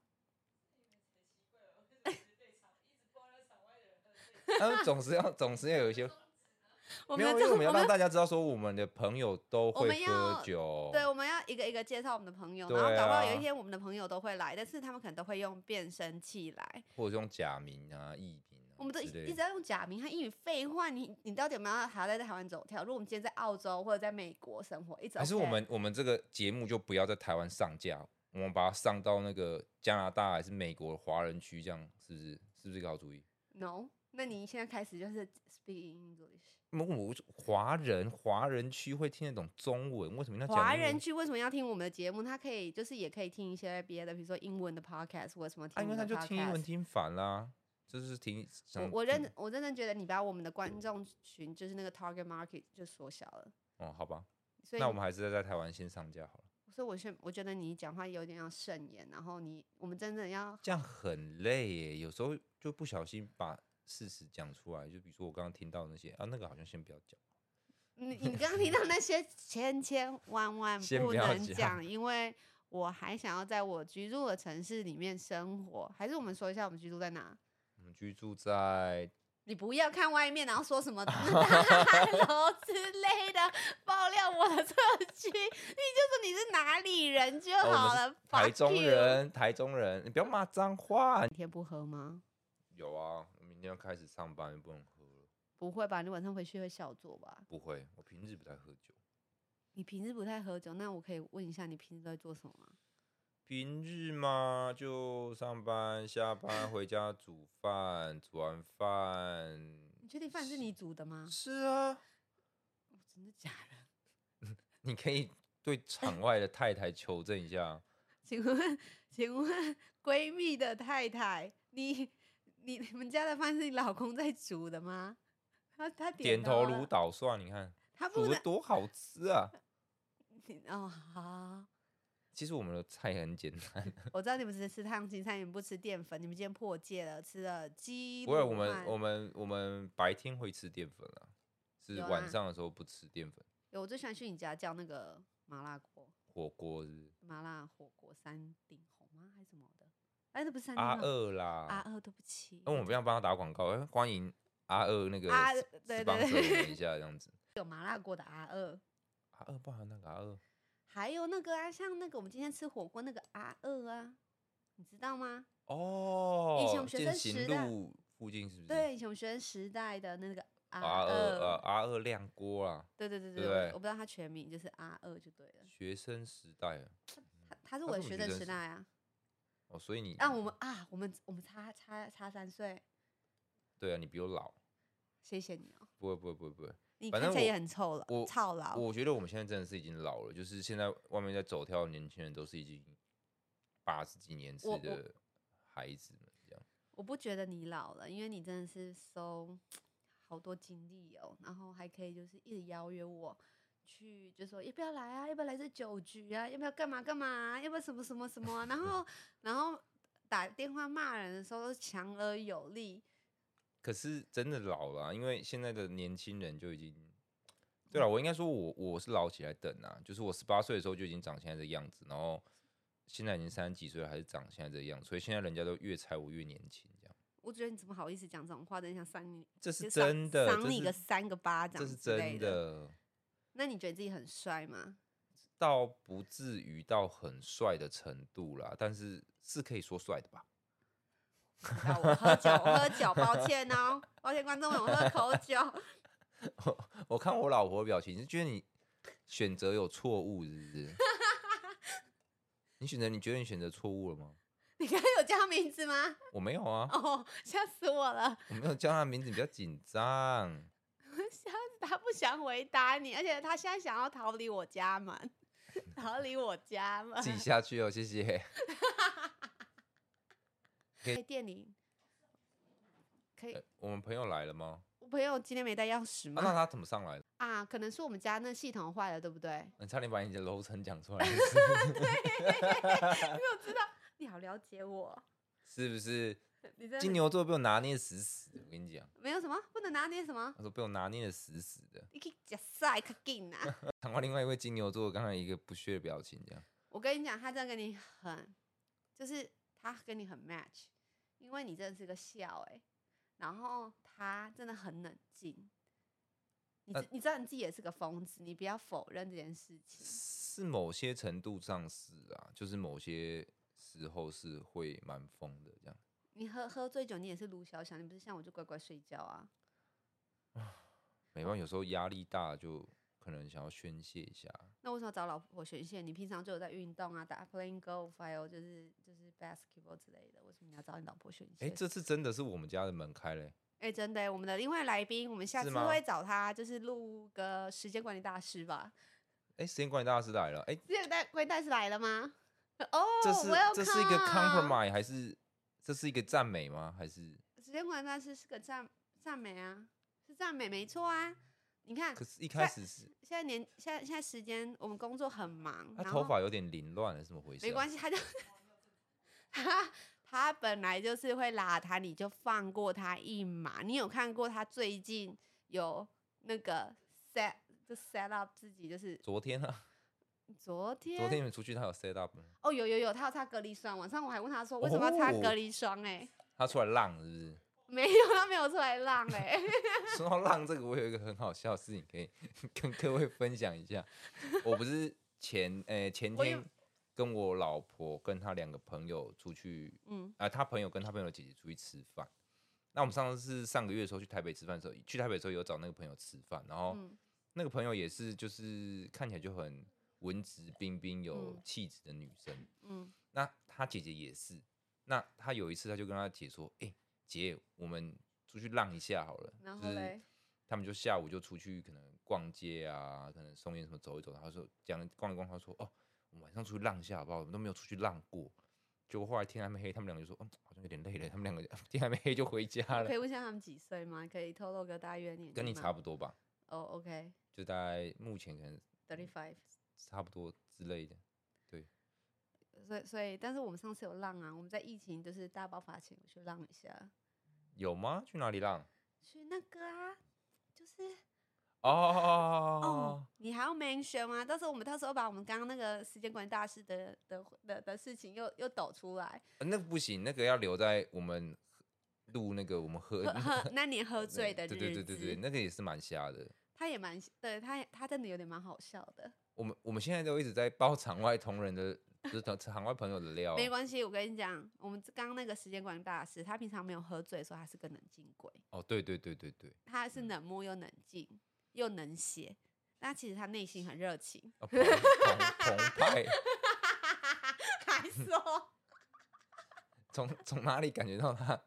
Speaker 1: 他们总是要总是要有一些，
Speaker 2: 我
Speaker 1: 没
Speaker 2: 们
Speaker 1: 有，因
Speaker 2: 这
Speaker 1: 为我们要
Speaker 2: 我们
Speaker 1: 让大家知道说我们的朋友都
Speaker 2: 我
Speaker 1: 会
Speaker 2: 们
Speaker 1: 喝
Speaker 2: 要
Speaker 1: 酒。
Speaker 2: 对，我们要一个一个介绍我们的朋友，然后
Speaker 1: 对
Speaker 2: 搞不好有
Speaker 1: 啊
Speaker 2: 一天我们的朋友都会来，但是他们可能都会用变声器来。
Speaker 1: 或者用假名啊、艺名啊之类的，
Speaker 2: 我们都一一直在用假名和英语废话，你你到底有没有还要在台湾走跳？如果我们今天在澳洲或者在美国生活，一直、
Speaker 1: 还是我们我们这个节目就不要在台湾上架，我们把它上到那个加拿大还是美国的华人区，这样是不是？是不是一个好主意？
Speaker 2: no？那你现在开始就是 speak English，
Speaker 1: 我我华人华人区会听得懂中文，为什么要讲
Speaker 2: 华
Speaker 1: 英文
Speaker 2: 人区为什么要听我们的节目？他可以就是也可以听一些别的，比如说英文的 podcast 或者什么
Speaker 1: 啊？因
Speaker 2: 听我
Speaker 1: 为
Speaker 2: 们的
Speaker 1: 他
Speaker 2: podcast。
Speaker 1: 就听英文听反啦，就是听
Speaker 2: 我
Speaker 1: 想
Speaker 2: 我认
Speaker 1: 听
Speaker 2: 我认真觉得你把我们的观众群就是那个 target market 就缩小了，
Speaker 1: 哦，好吧，
Speaker 2: 所以
Speaker 1: 那我们还是在台湾先上架好了，
Speaker 2: 所以我是我觉得你讲话有点要慎言，然后你我们真的要
Speaker 1: 这样很累耶，有时候就不小心把事实讲出来，就比如说我刚刚听到的那些啊，那个好像先不要讲，
Speaker 2: 你你刚刚听到那些千千万万
Speaker 1: 先
Speaker 2: 不
Speaker 1: 不要
Speaker 2: 能
Speaker 1: 讲
Speaker 2: 讲，因为我还想要在我居住的城市里面生活，还是我们说一下我们居住在哪？
Speaker 1: 我们居住在
Speaker 2: 你不要看外面，然后说什么 大楼之类的，爆料我的社区，你就说你是哪里人就
Speaker 1: 哦我们
Speaker 2: 好
Speaker 1: 是
Speaker 2: 了。
Speaker 1: 台
Speaker 2: fuck
Speaker 1: 中
Speaker 2: you
Speaker 1: 人，台中人，你不要骂脏话。
Speaker 2: 每天不喝吗？
Speaker 1: 有啊，我明天要开始上班，就不能喝了。
Speaker 2: 不会吧？你晚上回去会小酌吧？
Speaker 1: 不会，我平日不太喝酒。
Speaker 2: 你平时不太喝酒，那我可以问一下你平时都在做什么吗？
Speaker 1: 平日嘛，就上班、下班、回家煮饭，煮完饭
Speaker 2: 你确定饭是你煮的吗？
Speaker 1: 是啊，
Speaker 2: 真的假的？
Speaker 1: 你可以对场外的太太求证一 下。啊
Speaker 2: 请问，请问闺蜜的太太，你你你们家的饭是你老公在煮的吗？他他
Speaker 1: 点
Speaker 2: 头
Speaker 1: 头如
Speaker 2: 了，
Speaker 1: 捣蒜，你看
Speaker 2: 他不
Speaker 1: 煮的
Speaker 2: 能
Speaker 1: 多好吃啊！
Speaker 2: 你哦好。
Speaker 1: 其实我们的菜很简单，
Speaker 2: 我知道你们只吃烫青菜，你们不吃淀粉，你们今天破戒了，吃了鸡
Speaker 1: 不会，
Speaker 2: 卤
Speaker 1: 我们
Speaker 2: 饭
Speaker 1: 我们我们白天会吃淀粉啊，是
Speaker 2: 有啊
Speaker 1: 晚上的时候不吃淀粉。
Speaker 2: 有我最喜欢去你家叫那个麻辣锅，
Speaker 1: 火锅是不是
Speaker 2: 麻辣火锅三顶红吗？还是什么的？哎，那不是三顶
Speaker 1: 阿
Speaker 2: 红，
Speaker 1: 二啦，
Speaker 2: 阿二，对不起，
Speaker 1: 那我们不要帮他打广告，哎欢迎阿二那个
Speaker 2: 阿
Speaker 1: 是
Speaker 2: 对对
Speaker 1: 是帮助我
Speaker 2: 对
Speaker 1: 们一下这样子。
Speaker 2: 有麻辣锅的阿二，
Speaker 1: 阿二不含那个阿二，
Speaker 2: 还有那个啊，像那个我们今天吃火锅那个阿二啊，你知道吗？
Speaker 1: 哦，
Speaker 2: 以前我们学
Speaker 1: 践
Speaker 2: 生
Speaker 1: 行
Speaker 2: 时代
Speaker 1: 路附近是不是？
Speaker 2: 对，啊以前我们学生时代的那个阿
Speaker 1: 阿嗯二，呃，阿二亮锅啊，
Speaker 2: 对对对
Speaker 1: 对
Speaker 2: 对，
Speaker 1: 不
Speaker 2: 我
Speaker 1: 对
Speaker 2: 我不知道他全名，就是阿二就对了。
Speaker 1: 学生时代啊
Speaker 2: 他他是
Speaker 1: 他
Speaker 2: 我的
Speaker 1: 是我
Speaker 2: 学
Speaker 1: 们学
Speaker 2: 生
Speaker 1: 生
Speaker 2: 时
Speaker 1: 时
Speaker 2: 代啊，
Speaker 1: 哦，所以你
Speaker 2: 啊我们啊我们我们差差差三岁，
Speaker 1: 对啊，你比我老，
Speaker 2: 谢谢你哦。
Speaker 1: 不会不会不会不会，
Speaker 2: 你
Speaker 1: 反
Speaker 2: 看
Speaker 1: 正
Speaker 2: 起来也
Speaker 1: 我
Speaker 2: 很臭了
Speaker 1: 我，
Speaker 2: 操劳。
Speaker 1: 我觉得我们现在真的是已经老了，就是现在外面在走跳的年轻人都是已经八十几年次
Speaker 2: 我我
Speaker 1: 的孩子们这样。
Speaker 2: 我不觉得你老了，因为你真的是收好多经历哦，然后还可以就是一直邀约我去，就说要不要来啊，要不要来这酒局啊，要不要干嘛干嘛、啊，要不要什么什么什么啊、然后然后打电话骂人的时候都强而有力，
Speaker 1: 可是真的老了啊、因为现在的年轻人就已经，
Speaker 2: 嗯
Speaker 1: 对了，我应该说我我是老起来等啊，就是我十八岁的时候就已经长现在这个样子，然后现在已经三十几岁了，还是长现在这个样子，所以现在人家都越猜我越年轻这样，
Speaker 2: 我觉得你怎么好意思讲这种话？真想扇你，
Speaker 1: 这
Speaker 2: 就是赏
Speaker 1: 真的，
Speaker 2: 赏
Speaker 1: 这
Speaker 2: 你
Speaker 1: 是
Speaker 2: 个三个巴掌
Speaker 1: 这是
Speaker 2: 之类
Speaker 1: 真
Speaker 2: 的
Speaker 1: 的，
Speaker 2: 那你觉得自己很帅吗？
Speaker 1: 倒不至于到很帅的程度啦，但是是可以说帅的吧。
Speaker 2: 不知道我喝酒，我喝酒，抱歉哦，抱歉观众们，我喝口酒。
Speaker 1: 我看我老婆的表情，是觉得你选择有错误，是不是？ 你选择，你觉得你选择错误了吗？
Speaker 2: 你刚刚有叫他名字吗？
Speaker 1: 我没有啊，
Speaker 2: 哦，吓死我了！
Speaker 1: 我没有叫她名字，你不要紧张。
Speaker 2: 吓死他不想回答你，而且他现在想要逃离我家门， 逃离我家门。
Speaker 1: 自己下去哦，谢谢。
Speaker 2: 在店里可以
Speaker 1: 呃。我们朋友来了吗？
Speaker 2: 我朋友今天没带钥匙
Speaker 1: 啊那
Speaker 2: 吗？
Speaker 1: 他怎么上来的？
Speaker 2: 啊，可能是我们家那系统坏了，对不对？
Speaker 1: 你差点把你的楼层讲出来是
Speaker 2: 你好了解我，
Speaker 1: 不是，是不是？
Speaker 2: 你真
Speaker 1: 金
Speaker 2: 的
Speaker 1: 牛座被我拿捏死死的，我跟你讲，
Speaker 2: 没有什么不能拿捏什么，
Speaker 1: 他说被我拿捏的死死的。
Speaker 2: 你可以假赛可劲啊！
Speaker 1: 谈话另外一位金牛座刚才一个不屑的表情，这样
Speaker 2: 我跟你讲，他真的跟你很，就是他跟你很 match，因为你真的是个笑哎、然后他真的很冷静。你知、
Speaker 1: 呃
Speaker 2: 你知道你自己也是个疯子，你不要否认这件事情。
Speaker 1: 是某些程度上是啊，就是某些时候是会蛮疯的这样。
Speaker 2: 你喝喝醉酒，你也是卢小小，你不是像我就乖乖睡觉啊？
Speaker 1: 没办法，有时候压力大就可能想要宣泄一下。
Speaker 2: 那为什么找老婆选线？你平常就有在运动啊，打 playing golf，还有就是就是 basketball 之类的，为什么你要找你老婆选
Speaker 1: 哎、
Speaker 2: 线？
Speaker 1: 这次真的是我们家的门开嘞、
Speaker 2: 哎、真的欸、我们的另外来宾，我们下
Speaker 1: 是
Speaker 2: 次
Speaker 1: 吗
Speaker 2: 会找他，就是录个时间管理大师吧。
Speaker 1: 哎、时间管理大师来了，哎、
Speaker 2: 这个带龟带是来了吗？哦，
Speaker 1: 这是、这是一个
Speaker 2: welcome
Speaker 1: compromise 还是这是一个赞美吗？还是
Speaker 2: 时间管大师是个赞赞美啊，是赞美没错啊。你看
Speaker 1: 可是一开始是
Speaker 2: 现在年现在现在时间，我们工作很忙，
Speaker 1: 他
Speaker 2: 然
Speaker 1: 头
Speaker 2: 后
Speaker 1: 发有点凌乱了，是怎么回事、啊
Speaker 2: 没关
Speaker 1: 系，
Speaker 2: 系，他就 他他本来就是会拉他，你就放过他一马。你有看过他最近有那个 set 就 set up 自己，就是
Speaker 1: 昨天啊，
Speaker 2: 昨天
Speaker 1: 昨天你们出去他有 set up，吗
Speaker 2: 哦有有有，他要擦隔离霜，晚上我还问他说为什么要擦隔
Speaker 1: 哦
Speaker 2: 离霜、欸？哎、
Speaker 1: 他出来浪是不 是？
Speaker 2: 没有，他没有出来浪哎、
Speaker 1: 说到浪这个，我有一个很好笑的事情可以跟各位分享一下。我不是前诶、前
Speaker 2: 我有
Speaker 1: 天跟我老婆跟她两个朋友出去，
Speaker 2: 嗯，
Speaker 1: 啊、她朋友跟她朋友的姐姐出去吃饭。那我们上次是上个月的时候去台北吃饭的时候，去台北的时候有找那个朋友吃饭，然后
Speaker 2: 嗯
Speaker 1: 那个朋友也是就是看起来就很文质彬彬、有
Speaker 2: 嗯
Speaker 1: 气质的女生。
Speaker 2: 嗯，
Speaker 1: 那她姐姐也是，那她有一次她就跟她姐说：“哎、姐，我们出去浪一下好了。”
Speaker 2: 然
Speaker 1: 就
Speaker 2: 后
Speaker 1: 是
Speaker 2: 嘞，
Speaker 1: 他们就下午就出去可能逛街啊，可能松烟什么走一走。他说讲逛一逛，他说哦，我们晚上出去浪一下好不好？我们都没有出去浪过。结果后来天还没黑，他们两个就说，嗯，好像有点累了。他们两个天还没黑就 回家
Speaker 2: 可
Speaker 1: 了，
Speaker 2: 以问一下他们几岁吗？可以透露个大约年纪
Speaker 1: 跟你
Speaker 2: 吗
Speaker 1: 差不多吧，
Speaker 2: 哦，OK，
Speaker 1: 就大概目前可能
Speaker 2: thirty five。
Speaker 1: 差不多之类的。
Speaker 2: 所以，所以，但是我们上次有浪啊，我们在疫情就是大爆发前有去浪一下，
Speaker 1: 有吗？去哪里浪？
Speaker 2: 去那个啊，就是
Speaker 1: 哦
Speaker 2: 哦
Speaker 1: 哦，
Speaker 2: 你还要 mention 吗？到时候我们到时候把我们刚刚那个时间管理大师的的的的事情又又抖出来，
Speaker 1: 呃那个不行，那个要留在我们录那个我们喝
Speaker 2: 喝喝那年 喝
Speaker 1: 那
Speaker 2: 醉的日
Speaker 1: 对
Speaker 2: 子，
Speaker 1: 对对对对，那个也是蛮瞎的。
Speaker 2: 他也蛮，对他也他真的有点蛮好笑的。
Speaker 1: 我们我们现在都一直在包场外同仁的，就是场场外朋友的料。
Speaker 2: 没关系，我跟你讲，我们刚刚那个时间管理大师，他平常没有喝醉的时候，他是个冷静鬼，
Speaker 1: 哦，对对对对对，
Speaker 2: 他是
Speaker 1: 嗯
Speaker 2: 冷漠又冷静又能写，但其实他内心很 热情。
Speaker 1: 啊、澎澎澎湃，
Speaker 2: 还说
Speaker 1: 从从哪里感觉到他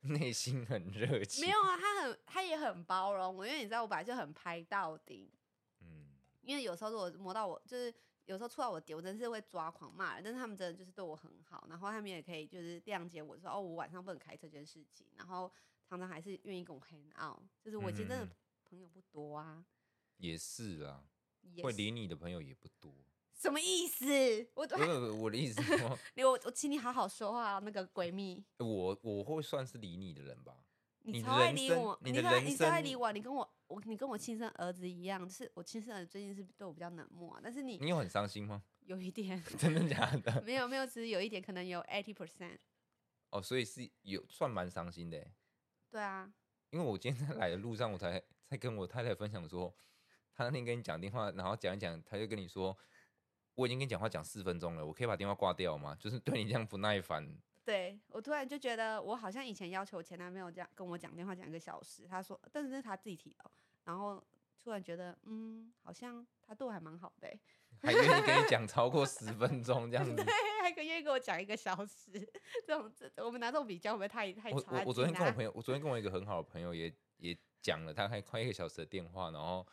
Speaker 1: 内心很热情。
Speaker 2: 没有，啊，他很他也很包容我，因为你知道我本来就很拍到底，
Speaker 1: 嗯，
Speaker 2: 因为有时候如果磨到我，就是有时候触到我点，我真是会抓狂骂人。但是他们真的就是对我很好，然后他们也可以就是谅解我说哦，我晚上不能开车这件事情，然后常常还是愿意跟我 hang out，就是我其实真的
Speaker 1: 嗯
Speaker 2: 朋友不多啊，
Speaker 1: 也是啦，
Speaker 2: 也
Speaker 1: 会
Speaker 2: 是
Speaker 1: 理你的朋友也不 多。
Speaker 2: 什么意思？我
Speaker 1: 不是我的意思是说，
Speaker 2: 我我请 你好好说话、啊，那个闺蜜，
Speaker 1: 我我会算是理你的人吧？你
Speaker 2: 你
Speaker 1: 的
Speaker 2: 超爱
Speaker 1: 人
Speaker 2: 理
Speaker 1: 生
Speaker 2: 我，
Speaker 1: 你
Speaker 2: 你
Speaker 1: 的
Speaker 2: 超爱
Speaker 1: 人
Speaker 2: 你超爱
Speaker 1: 生
Speaker 2: 理我，你跟我我你跟我亲生儿子一样，就是我亲生儿子最近是对我比较冷漠啊，但是你
Speaker 1: 你有很伤心吗？
Speaker 2: 有 一点
Speaker 1: 真的假的？
Speaker 2: 没有没有，只是有一点可能有 eighty percent，
Speaker 1: 哦，所以是有算蛮伤心的欸，
Speaker 2: 对啊，
Speaker 1: 因为我今天在来的路上，我才在跟我太太分享说，她那天跟你讲电话，然后讲一讲，她就跟你说，我已经跟你讲话讲四分钟了，我可以把电话挂掉吗？就是对你这样不耐烦，
Speaker 2: 对我突然就觉得，我好像以前要求我前男朋友这样跟我讲电话讲一个小时，他说，但是那是他自己提的哦，然后突然觉得，嗯，好像他对我还蛮好的欸、。
Speaker 1: 还愿意跟你讲超过十分钟这样子
Speaker 2: 对，还可以给我讲一个小时，这种这我们拿这种比较，会不会太太
Speaker 1: 我
Speaker 2: 差、
Speaker 1: 我
Speaker 2: 劲
Speaker 1: 我昨天跟
Speaker 2: 啊
Speaker 1: 我朋友，我昨天跟我一个很好的朋友也也讲了，他开快一个小时的电话，然后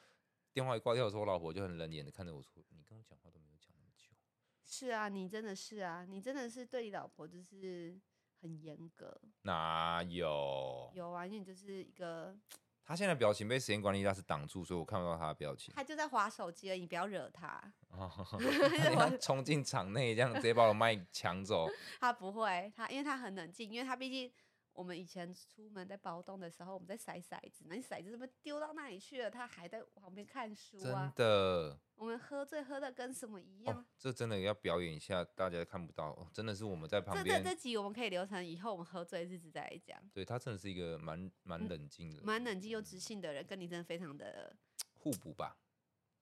Speaker 1: 电话一挂掉的时候，我老婆就很冷眼的看着我说：“你跟我讲话都没有讲那么久。
Speaker 2: 是啊，你真的是啊，你真的是对你老婆就是很严格。”
Speaker 1: 哪有？
Speaker 2: 有啊，因为你就是一个，
Speaker 1: 他现在表情被时间管理大师挡住，所以我看不到他的表情。
Speaker 2: 他就在划手机而已，你不要惹他。
Speaker 1: 哦，你要冲进场内，这样直接把我麦抢走。
Speaker 2: 他不会，他因为他很冷静，因为他毕竟我们以前出门在包栋的时候，我们在甩骰子，那你骰子怎么丢到那里去了？他还在旁边看书
Speaker 1: 真
Speaker 2: 啊。
Speaker 1: 的
Speaker 2: 我们喝醉喝的跟什么一样
Speaker 1: 哦，，这真的要表演一下，大家看不到。哦真的是我们在旁
Speaker 2: 这这这
Speaker 1: 边，
Speaker 2: 集我们可以留成以后我们喝醉日子再来讲。
Speaker 1: 对他真的是一个蛮蛮冷静的，
Speaker 2: 蛮冷静又知性的人，跟你真的非常的
Speaker 1: 互补吧，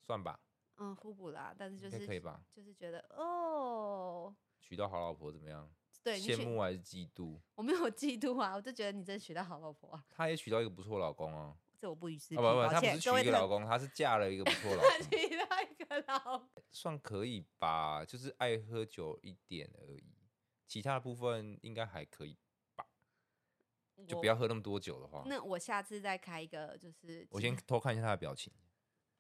Speaker 1: 算吧，
Speaker 2: 嗯互补啦，但是就
Speaker 1: 应该
Speaker 2: 是
Speaker 1: 可以吧。
Speaker 2: 就是觉得哦，
Speaker 1: 娶到好老婆怎么样？
Speaker 2: 对，你
Speaker 1: 羡
Speaker 2: 娶
Speaker 1: 慕还是嫉妒？
Speaker 2: 我没有嫉妒啊，我就觉得你真的娶到好老婆啊，
Speaker 1: 她也娶到一个不错的老公啊！
Speaker 2: 这我不予置
Speaker 1: 啊
Speaker 2: 评，
Speaker 1: 不不，
Speaker 2: 抱
Speaker 1: 她不是
Speaker 2: 歉，
Speaker 1: 娶
Speaker 2: 各位
Speaker 1: 一个老
Speaker 2: 同
Speaker 1: 公，她是嫁了一个不错的老 公，
Speaker 2: 娶到一个老 婆，
Speaker 1: 算可以吧？就是爱喝酒一点而已，其他的部分应该还可以，就
Speaker 2: 我
Speaker 1: 不要。喝那么多酒的话。
Speaker 2: 那我下次再开一个，就是
Speaker 1: 我
Speaker 2: 其
Speaker 1: 先
Speaker 2: 他
Speaker 1: 偷看一下她的表情，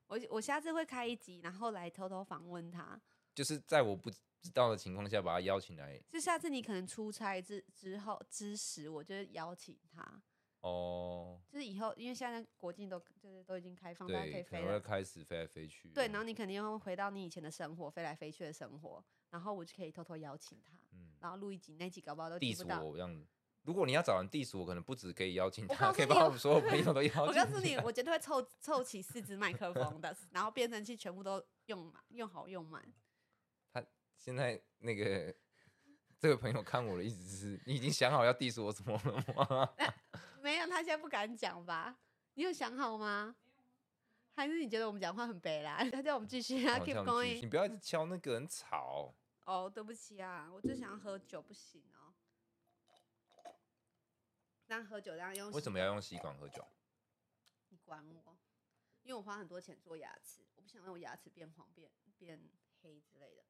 Speaker 2: 我我下次会开一集，然后来偷偷访问他。
Speaker 1: 就是在我不知道的情况下把她邀请来。
Speaker 2: 就下次你可能出差之之后之时，我就会邀请他。
Speaker 1: 哦，
Speaker 2: 就是以后，因为现在国境都就是都已经开放，大家可以
Speaker 1: 对，可
Speaker 2: 飞
Speaker 1: 能会
Speaker 2: 了。
Speaker 1: 开始飞来飞去啊。
Speaker 2: 对，然后你肯定会回到你以前的生活，飞来飞去的生活，然后我就可以偷偷邀请他，
Speaker 1: 嗯
Speaker 2: 然后录一集，那集搞不好都听
Speaker 1: ，diss
Speaker 2: 不到。
Speaker 1: 我这样子。如果你要找人 diss 我，可能不止可以邀请
Speaker 2: 我
Speaker 1: 她，
Speaker 2: 告
Speaker 1: 可以
Speaker 2: 诉你
Speaker 1: 把
Speaker 2: 我
Speaker 1: 我们所有朋友都邀请。
Speaker 2: 我告诉你，我绝对 会凑凑齐四支麦克风的，然后变声器全部都用满，用好用满。
Speaker 1: 现在那个这位朋友看我的意思是，你已经想好要 diss 我什么了 吗？
Speaker 2: 没有，他现在不敢讲吧？你有想好吗？
Speaker 1: 啊
Speaker 2: 还是你觉得我们讲话很北啦？ 他叫我们继续啊
Speaker 1: 好
Speaker 2: ，keep
Speaker 1: 像我们继续
Speaker 2: going。
Speaker 1: 你不要一直敲那个人吵。
Speaker 2: 哦，对不起啊，我就想要喝酒，不行哦。那喝酒这样用
Speaker 1: 为什
Speaker 2: 吸
Speaker 1: 么要用吸管喝酒？
Speaker 2: 你管我？因为我花很多钱做牙齿，我不想让我牙齿变黄、变变黑之类的。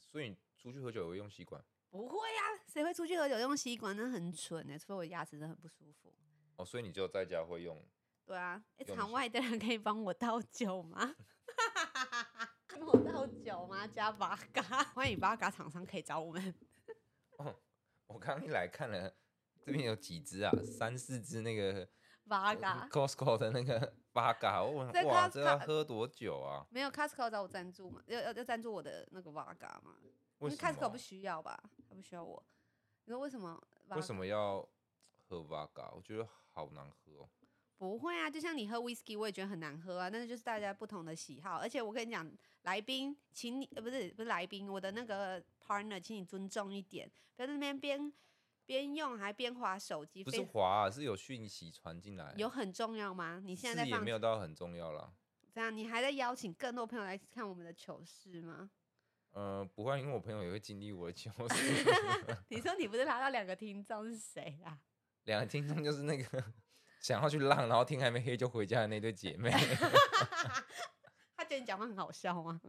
Speaker 1: 所以你出去喝酒也会用吸管
Speaker 2: 不会啊，谁会出去喝酒用吸管？那很蠢欸呢、除非我牙齿真的很不舒服。
Speaker 1: 哦，所以你就在家会用。
Speaker 2: 对啊，诶
Speaker 1: 用
Speaker 2: 场
Speaker 1: 是
Speaker 2: 外的人可以帮我倒酒吗？ 帮我倒酒吗？加八嘎，欢迎八嘎厂商可以找我们。
Speaker 1: 我刚一来看了，这边有几只啊，三四只那个
Speaker 2: 八嘎
Speaker 1: Costco 的那个八嘎，我
Speaker 2: 在
Speaker 1: 问哇，
Speaker 2: Costco-
Speaker 1: 这要喝多久啊？
Speaker 2: 没有 Costco 找我赞助嘛？要要要赞助我的那个八嘎嘛？因
Speaker 1: 为
Speaker 2: 为
Speaker 1: 什
Speaker 2: Costco
Speaker 1: 么啊
Speaker 2: 不？需要吧？他不需要我。你说为什么？
Speaker 1: 为什？么要喝八嘎？我觉得好难喝哦。
Speaker 2: 不会啊，就像你喝 whisky，我也觉得很难喝啊。但是就是大家不同的喜好，而且我跟你讲，来宾，请你呃不是不是来宾，我的那个 partner，请你尊重一点，不要在那边边边用还边划手机，
Speaker 1: 不是
Speaker 2: 边
Speaker 1: 滑、啊，是有讯息传进来。啊
Speaker 2: 有很重要吗？你现在
Speaker 1: 是也
Speaker 2: 在放
Speaker 1: 没有到很重要啦。
Speaker 2: 这样，你还在邀请更多朋友来看我们的糗事吗？
Speaker 1: 呃，不会，因为我朋友也会经历我的 糗事。
Speaker 2: 你说你不是拉到两个听众是谁啊？
Speaker 1: 两个听众就是那个 想要去浪，然后天还没黑就回家的那对姐妹，
Speaker 2: 他觉得你讲话很好笑吗？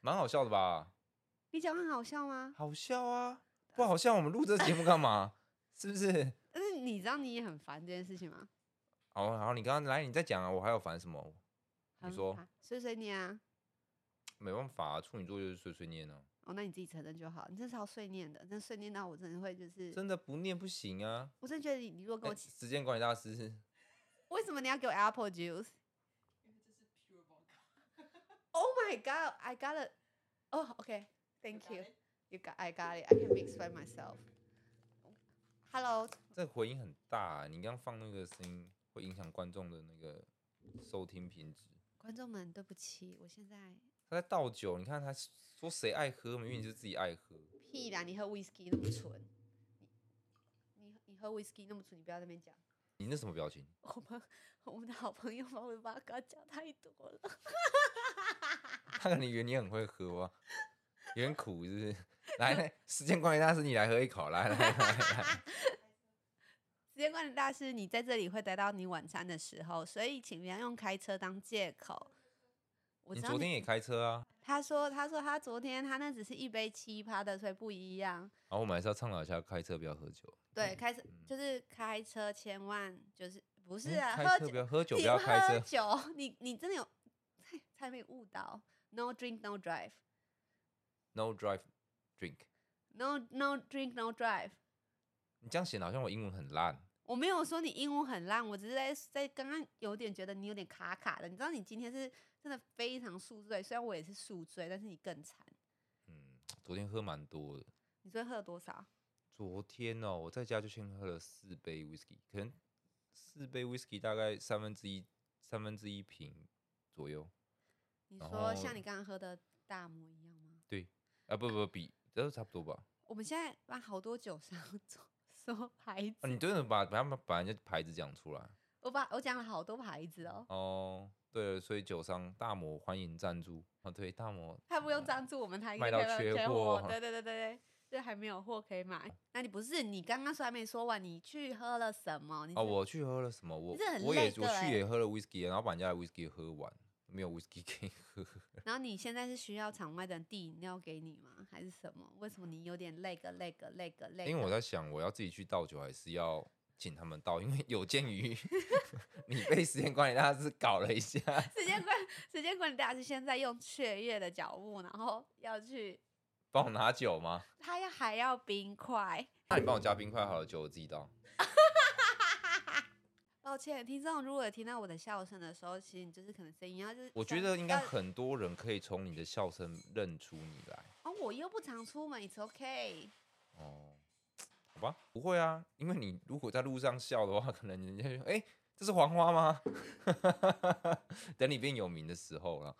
Speaker 1: 蛮好笑的吧？
Speaker 2: 你讲话很好笑吗？
Speaker 1: 好笑啊，不好笑，我们录这节目干嘛？是不是？
Speaker 2: 但是你你知道你也很烦这件事情吗？
Speaker 1: 好好，你刚刚来，你再讲啊，我还有烦什么？你
Speaker 2: 很
Speaker 1: 说
Speaker 2: 烦碎碎念啊。
Speaker 1: 没办法、啊，处女座就是碎碎念啊，
Speaker 2: 哦，那你自己承认就好。你真是好碎念的，真碎念到我真的会就是，
Speaker 1: 真的不念不行啊。
Speaker 2: 我真的觉得你你如果跟
Speaker 1: 哎
Speaker 2: 我起，
Speaker 1: 时间管理大师，
Speaker 2: 为什么你要给我 apple juice？Oh my god! I got it. Oh, okay. Thank you. You got. I got it. I can mix by myself. Hello.
Speaker 1: 这回音很大、啊，你刚刚放那个声音会影响观众的那个收听品质。
Speaker 2: 观众们，对不起，我现在
Speaker 1: 他在倒酒，你看他说谁爱喝，明明就是自己爱喝。
Speaker 2: 屁啦！你喝 whisky 那么纯，你你你喝 whisky 那么纯，你不要在那边讲。
Speaker 1: 你那什么表情？
Speaker 2: 我们我们的好朋友把我的八卦讲太多了，
Speaker 1: 他可能以为你很会喝吧，有点苦是不是？来，来时间管理大师，你来喝一口，来来来来，
Speaker 2: 时间管理大师，你在这里会待到你晚餐的时候，所以请不要用开车当借口。 我
Speaker 1: 你
Speaker 2: 知道
Speaker 1: 昨天也开车啊？
Speaker 2: 他说他说他昨天他那只是一杯七趴的，所以不一样。
Speaker 1: 然后我们还是要倡导一下，开车不要喝酒。
Speaker 2: 对，开车就是开车千万就是不是
Speaker 1: 嗯
Speaker 2: 啊，
Speaker 1: 开
Speaker 2: 喝
Speaker 1: 车不要喝酒，
Speaker 2: 酒
Speaker 1: 不
Speaker 2: 你
Speaker 1: 要开
Speaker 2: 喝
Speaker 1: 车。
Speaker 2: 酒，你你真的有 差差点被误导。No drink, no drive.
Speaker 1: No drive, drink。
Speaker 2: No no drink, no drive.
Speaker 1: 你这样显得好像我英文很烂。
Speaker 2: 我没有说你英文很烂，我只是在在刚刚有点觉得你有点卡卡的。你知道你今天是真的非常宿醉，虽然我也是宿醉，但是你更惨。
Speaker 1: 嗯，昨天喝蛮多的。
Speaker 2: 你昨天喝了多少？
Speaker 1: 昨天哦，我在家就先喝了四杯 whisky，可能四杯 whisky 大概三分之一三分之一瓶左右。
Speaker 2: 你
Speaker 1: 然
Speaker 2: 说像
Speaker 1: 后
Speaker 2: 你刚刚喝的大摩一样吗？
Speaker 1: 啊，不不，比都差不多吧。
Speaker 2: 我们现在把好多酒商 做说牌子，
Speaker 1: 啊，你真的把把他们把人家牌子讲出来
Speaker 2: 我把我讲了好多牌子哦，
Speaker 1: 哦。对了，所以酒商大魔欢迎赞助啊，对，大魔
Speaker 2: 他不用赞助我们，他应
Speaker 1: 卖
Speaker 2: 该
Speaker 1: 到
Speaker 2: 没有
Speaker 1: 缺
Speaker 2: 缺
Speaker 1: 货
Speaker 2: 货。对对对对对，这还没有货可以买。那你不是你刚刚说还没说完，你去喝了什么？你
Speaker 1: 哦，
Speaker 2: 是
Speaker 1: 我去喝了什么？我
Speaker 2: 这很
Speaker 1: 我也
Speaker 2: 累的
Speaker 1: 我去
Speaker 2: 欸
Speaker 1: 也喝了 whisky，然后把人家的 whisky 喝完，没有 whisky 可以喝。
Speaker 2: 然后你现在是需要场外的递饮料给你吗？还是什么？为什么你有点累个累个累个累个？
Speaker 1: 因为我在想，我要自己去倒酒，还是要请他们倒？因为有鉴 于你被时间管理大师搞了一下，
Speaker 2: 时间管时间管理大师现在用雀跃的脚步，然后要去，
Speaker 1: 帮我拿酒吗？
Speaker 2: 他要还要冰块。
Speaker 1: 那你帮我加冰块好了，酒我自己倒。
Speaker 2: 抱歉，听众如果有听到我的笑声的时候，其实你就是可能声音要就是
Speaker 1: 我觉
Speaker 2: 像
Speaker 1: 得应该
Speaker 2: 要
Speaker 1: 很多人可以从你的笑声认出你来。
Speaker 2: 哦，我又不常出门，it's OK。
Speaker 1: 哦，好吧，不会啊，因为你如果在路上笑的话，可能人家就哎、这是黄花吗？ 等你变有名的时候了，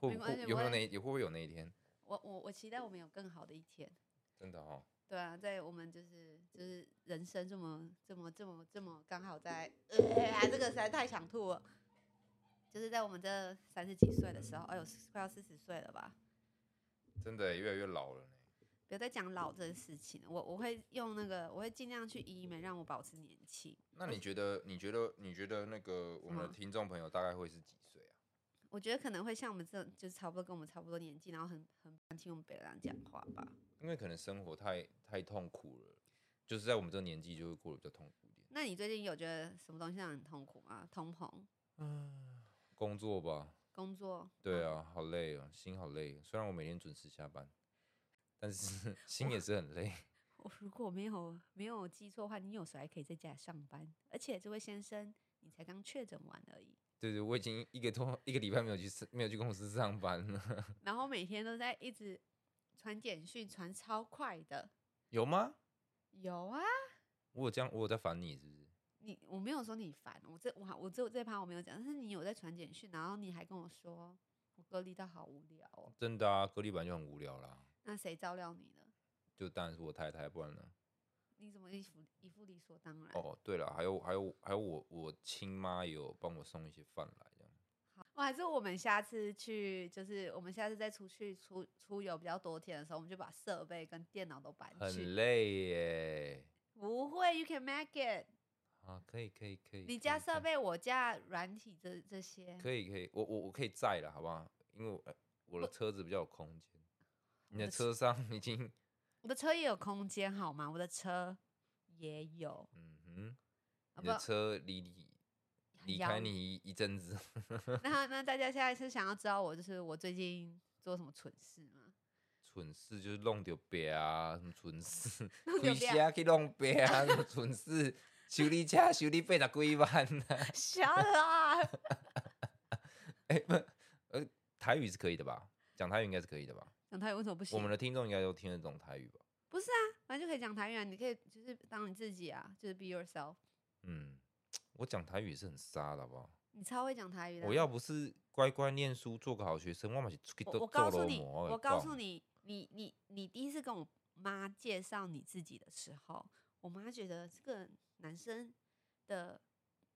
Speaker 1: 会
Speaker 2: 没
Speaker 1: 不
Speaker 2: 关
Speaker 1: 会
Speaker 2: 系
Speaker 1: 有没
Speaker 2: 我
Speaker 1: 有
Speaker 2: 也
Speaker 1: 那有会不会有那一天？
Speaker 2: 我我我期待我们有更好的一天。
Speaker 1: 真的哦，
Speaker 2: 对啊，在我们就是就是人生这么这么这么这么刚好在，呃，这个实在太想吐了。就是在我们这三十几岁的时候，哎呦，快要四十岁了吧？
Speaker 1: 真的越来越老了呢。
Speaker 2: 不要再讲老这件事情了。我我会用那个，我会尽量去医美，让我嗯保持年轻。
Speaker 1: 那你觉得？你觉得？你觉得那个我们的
Speaker 2: 么
Speaker 1: 听众朋友大概会是几岁啊？
Speaker 2: 我觉得可能会像我们这种，就是差不多跟我们差不多年纪，然后很很听我们北兰讲话吧。
Speaker 1: 因为可能生活太太痛苦了，就是在我们这个年纪就会过得比较痛苦一点。
Speaker 2: 那你最近有觉得什么东西让你很痛苦吗？通膨、
Speaker 1: 嗯，工作吧，
Speaker 2: 工作？
Speaker 1: 对啊，
Speaker 2: 嗯
Speaker 1: 好累哦，心好累哦。虽然我每天准时下班，但是心也是很累。
Speaker 2: 我哦如果没有没有记错的话，你有时候还可以在家上班，而且这位先生，你才刚确诊完而已，
Speaker 1: 对对，我已经一个多一个礼拜没有去上没有去公司上班了，
Speaker 2: 然后每天都在一直传简讯，传超快的。
Speaker 1: 有吗？
Speaker 2: 有啊，
Speaker 1: 我有这样，我有在烦你是不是？
Speaker 2: 你我没有说你烦，我这我还我只有这趴我没有讲，但是你有在传简讯，然后你还跟我说我隔离到好无聊哦，
Speaker 1: 真的啊，隔离本来就很无聊啦，
Speaker 2: 那谁照料你呢？
Speaker 1: 就当然是我太太，不然呢？
Speaker 2: 你怎么一副一副理所当然？
Speaker 1: 哦，对了，还有还有还有我我亲妈也有帮我送一些饭来，这样
Speaker 2: 哇，还是我们下次去，就是我们下次再出去出出游比较多天的时候，我们就把设备跟电脑都搬去
Speaker 1: 很。累耶。
Speaker 2: 不会，You can make it。
Speaker 1: 啊，可以可以可以，
Speaker 2: 你
Speaker 1: 可
Speaker 2: 家
Speaker 1: 以可
Speaker 2: 设
Speaker 1: 以
Speaker 2: 备，我家软体这这些。
Speaker 1: 可以可以，我我我可以载了，好不好？因为我呃我的车子比较有空间，你
Speaker 2: 我
Speaker 1: 的
Speaker 2: 的
Speaker 1: 车上已经
Speaker 2: 我的车也有空间好吗？我的车
Speaker 3: 也 有，
Speaker 1: 嗯哼，
Speaker 2: 好
Speaker 1: 你
Speaker 2: 啊不
Speaker 1: 的
Speaker 2: 好？
Speaker 1: 车离你离
Speaker 3: 遥
Speaker 1: 开
Speaker 3: 远
Speaker 1: 你一阵子，
Speaker 2: 那那大家现在是想要知道我就是我最近做什么蠢事吗？
Speaker 1: 蠢事就是弄丢别啊，什么蠢事，
Speaker 2: 弄啊丢
Speaker 1: 回
Speaker 2: 别
Speaker 1: 家去弄别啊，什么蠢事，修理车修理八十几万啊，
Speaker 2: 小了啊！
Speaker 1: 哎、不，呃，台语是可以的吧？讲台语应该是可以的吧？
Speaker 2: 讲台语为什么不行？
Speaker 1: 我们的听众应该都听得懂台语吧？
Speaker 2: 不是啊，反正就可以讲台语啊，你可以就是当你自己啊，就是 be yourself。
Speaker 1: 嗯，我讲台语也是很沙的，好不好？
Speaker 2: 你超会讲台语的啊。
Speaker 1: 我要不是乖乖念书，做个好学生，我嘛是出去
Speaker 2: 我
Speaker 1: 做
Speaker 2: 我告
Speaker 1: 做哎
Speaker 2: 诉
Speaker 1: 劳
Speaker 2: 你，
Speaker 1: 模
Speaker 2: 我告诉
Speaker 1: 你，
Speaker 2: 你，你你你第一次跟我妈介绍你自己的时候，我妈觉得这个男生的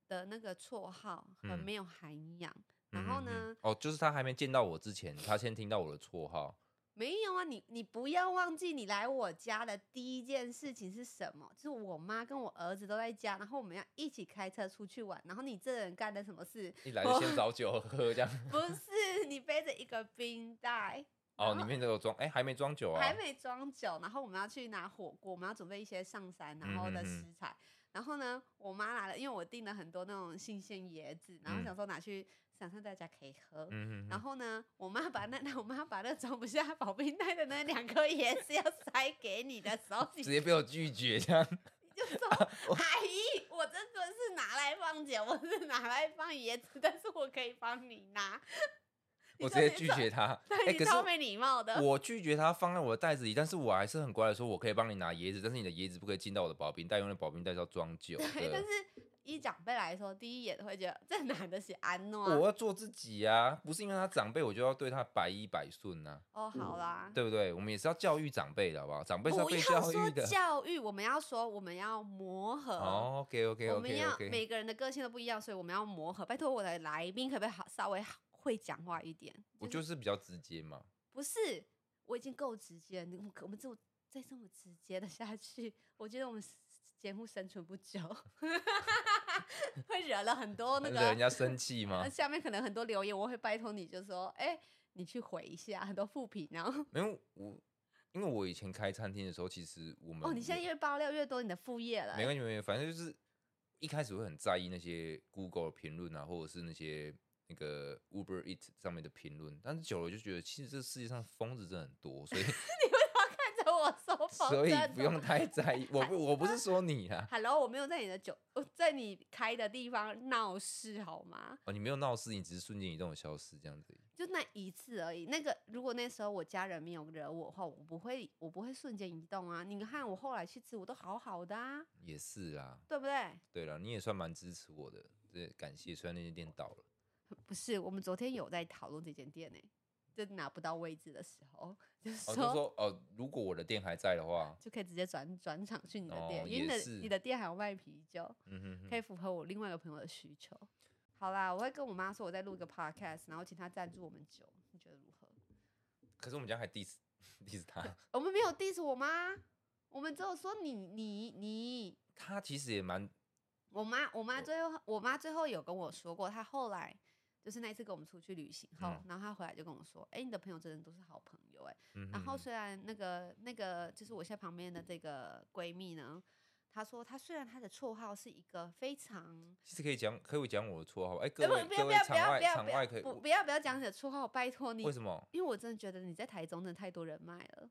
Speaker 2: 的那个绰号很
Speaker 1: 嗯
Speaker 2: 没有涵养。然后
Speaker 1: 嗯嗯
Speaker 2: 呢，
Speaker 1: 嗯哦，就是他还没见到我之前，他先听到我的绰号，
Speaker 2: 没有啊，你你不要忘记，你来我家的第一件事情是什么？就是我妈跟我儿子都在家，然后我们要一起开车出去玩。然后你这人干的什么事？
Speaker 1: 一来就先找酒喝这样。
Speaker 2: 不是你背着一个冰袋，
Speaker 1: 哦，
Speaker 2: 然
Speaker 1: 里
Speaker 2: 后
Speaker 1: 面都有装，哎、还没装酒啊？
Speaker 2: 还没装酒，然后我们要去拿火锅，我们要准备一些上山然后
Speaker 1: 嗯哼
Speaker 2: 的
Speaker 1: 哼
Speaker 2: 食材。然后呢，我妈来了，因为我订了很多那种新鲜椰子，然后
Speaker 1: 嗯
Speaker 2: 想说拿去想上大家可以喝。
Speaker 1: 嗯哼哼
Speaker 2: 然后呢，我妈把那 那我妈把那装不下保冰袋的那两颗椰子要塞给你的时候，你
Speaker 1: 直接啊被我拒绝这样。
Speaker 2: 你就说阿姨，我这个是拿来放酒，我是拿来放椰子，但是我可以帮你拿。 你
Speaker 1: 我直
Speaker 2: 说
Speaker 1: 接
Speaker 2: 你
Speaker 1: 拒
Speaker 2: 超
Speaker 1: 绝他。哎、
Speaker 2: 对，你
Speaker 1: 可
Speaker 2: 超
Speaker 1: 是
Speaker 2: 没礼貌的。
Speaker 1: 我拒绝他放在我的袋子里，但是我还是很乖的说，我可以帮你拿椰子，但是你的椰子不可以进到我的保冰袋，因为保冰袋是要 装酒
Speaker 2: 对，
Speaker 1: 的。
Speaker 2: 但是依长辈来说，第一眼会觉得这男的是安诺
Speaker 1: 我
Speaker 2: 啊。
Speaker 1: 要做自己啊，不是因为他长辈我就要对他百依百顺啊，
Speaker 2: 哦，好啦，
Speaker 1: 对不对？我们也是要教育长辈的好不好？长辈是
Speaker 2: 不
Speaker 1: 被
Speaker 2: 要
Speaker 1: 教
Speaker 2: 说
Speaker 1: 育的。
Speaker 2: 教育，我们要说我们要磨合。
Speaker 1: 哦，OK OK
Speaker 2: 我们
Speaker 1: OK
Speaker 2: 要
Speaker 1: OK，
Speaker 2: 每个人的个性都不一样，所以我们要磨合。拜托我的来宾，可不可以好稍微好会讲话一点？
Speaker 1: 我
Speaker 2: 就是
Speaker 1: 就是比较直接嘛。我
Speaker 2: 不是我已经够直接了，你我我们这种再这么直接的下去，我觉得我们节目生存不久， 会惹了很多那
Speaker 1: 惹人
Speaker 2: 个。
Speaker 1: 家生气吗
Speaker 2: 那？下面可能很多留言，我会拜托你，就说，哎、你去回一下很多负评，然后
Speaker 1: 没有我，因为我以前开餐厅的时候，其实我们
Speaker 2: 哦，你现在
Speaker 1: 也
Speaker 2: 越爆料越多，你的副业了、
Speaker 1: 没
Speaker 2: 欸。
Speaker 1: 关系，没关系，反正就是一开始会很在意那些 Google 的评论啊，或者是那些那个 Uber Eat 上面的评论，但是久了就觉得，其实这世界上疯子真的很多， 所以
Speaker 2: 看着我说，
Speaker 1: 所以不用。太在意。我不我不是说你啊，
Speaker 2: Hello，我没有在你的酒，我在你开的地方闹事好吗？
Speaker 1: 哦，你没有闹事，你只是瞬间移动的消失这样子而已。
Speaker 2: 就那一次而已。那个如果那时候我家人没有惹我的话，我不会，我不会瞬间移动啊。你看我后来去吃，我都好好的啊，
Speaker 1: 也是啦，
Speaker 2: 对不对？
Speaker 1: 对啦，你也算蛮支持我的，这感谢。虽然那间店倒了，
Speaker 2: 不是，我们昨天有在讨论这间店呢、就拿不到位置的时候，就是
Speaker 1: 哦，
Speaker 2: 说。
Speaker 1: 就说哦，如果我的店还在的话，
Speaker 2: 就可以直接转转场去你的店，
Speaker 1: 哦也
Speaker 2: 因为你的
Speaker 1: 是
Speaker 2: 你的店还有卖啤酒。
Speaker 1: 嗯哼哼
Speaker 2: 可以符合我另外一个朋友的需求。好啦，我会跟我妈说我在录一个 podcast，然后请她赞助我们酒，你觉得如何？
Speaker 1: 可是我们家还 diss diss 他，
Speaker 2: 我们没有 diss 我妈，我们只有说你你你。
Speaker 1: 他其实也蛮
Speaker 2: 我妈我妈最后我妈最后有跟我说过，她后来就是那一次跟我们出去旅行后，
Speaker 1: 嗯
Speaker 2: 然后她回来就跟我说，哎、你的朋友真的都是好朋友、哎。
Speaker 1: 嗯哼哼，
Speaker 2: 然后虽然那个那个就是我现在旁边的这个闺蜜呢，她说她虽然她的绰号是一个非常
Speaker 1: 其实可以讲，可以讲我的绰号吧。哎、
Speaker 2: 哎
Speaker 1: 各位
Speaker 2: 不
Speaker 1: 各
Speaker 2: 不
Speaker 1: 位
Speaker 2: 要不
Speaker 1: 场
Speaker 2: 要
Speaker 1: 外
Speaker 2: 不要
Speaker 1: 场
Speaker 2: 不要
Speaker 1: 外
Speaker 2: 不
Speaker 1: 可以，
Speaker 2: 要不不要不要讲你的绰号，拜托你。
Speaker 1: 为什么？
Speaker 2: 因为我真的觉得你在台中真的太多人脉了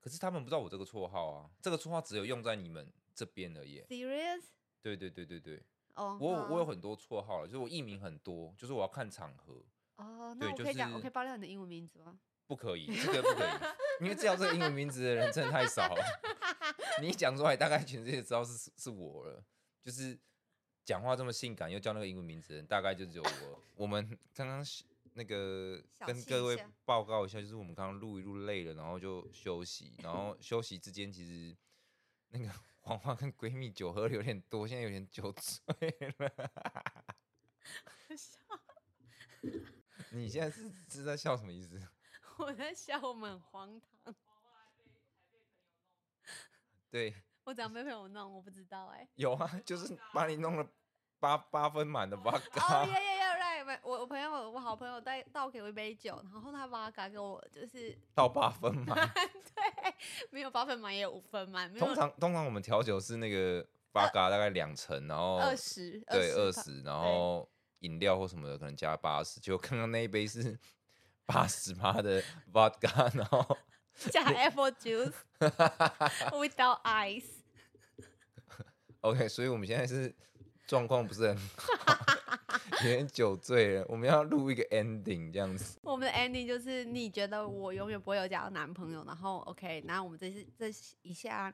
Speaker 1: 可是他们不知道我这个绰号啊，这个绰号只有用在你们这边而已。
Speaker 2: ，serious
Speaker 1: 对对对对对，
Speaker 2: 哦。
Speaker 1: 我有我有
Speaker 2: 好
Speaker 1: 很多绰号了，就是我艺名很多，就是我要看场合，
Speaker 2: 哦，
Speaker 1: 对
Speaker 2: 那我
Speaker 1: 就
Speaker 2: 可以讲，我
Speaker 1: 是
Speaker 2: 可以爆料你的英文名字吗？
Speaker 1: 不可以，这个不可以，因为叫这个英文名字的人真的太少 了。你一讲出来，大概全世界知道是是我了，就是。讲话这么性感，又叫那个英文名字的人，大概就只有我。我们刚刚是那个
Speaker 2: 小
Speaker 1: 跟
Speaker 2: 憩一
Speaker 1: 各位
Speaker 2: 下
Speaker 1: 报告一下，就是我们刚刚录一录累了，然后就休息，然后休息之间其实那个黄花跟闺蜜酒喝的有点多，现在有点酒醉 了。你现在是是在笑什么意思？
Speaker 2: 我在笑我们很荒唐，
Speaker 1: 对，
Speaker 2: 我怎样被朋友弄，我不知道哎、
Speaker 1: 有啊，就是把你弄了八八分满的八
Speaker 2: 哦
Speaker 1: 嘎。
Speaker 2: 耶耶耶，right 们我我朋友我好朋友带倒给我一杯酒，然后他把他给我就是
Speaker 1: 到八分嘛。
Speaker 2: 对， 没有八分满也有五分满，没有
Speaker 1: 通常通常我们调酒是那个八嘎大概两成，然后
Speaker 2: 二十，
Speaker 1: 哦对二
Speaker 2: 吧，
Speaker 1: 十，然后饮料或什么的可能加八十，结果刚刚那一杯是八十八的 vodka，然后
Speaker 2: 加 apple juice without ice。
Speaker 1: OK，所以我们现在是状况不是很好，有点酒醉了，我们要录一个 ending 这样子。
Speaker 2: 我们的 ending 就是你觉得我永远不会有交男朋友，然后 OK，那我们这是这一下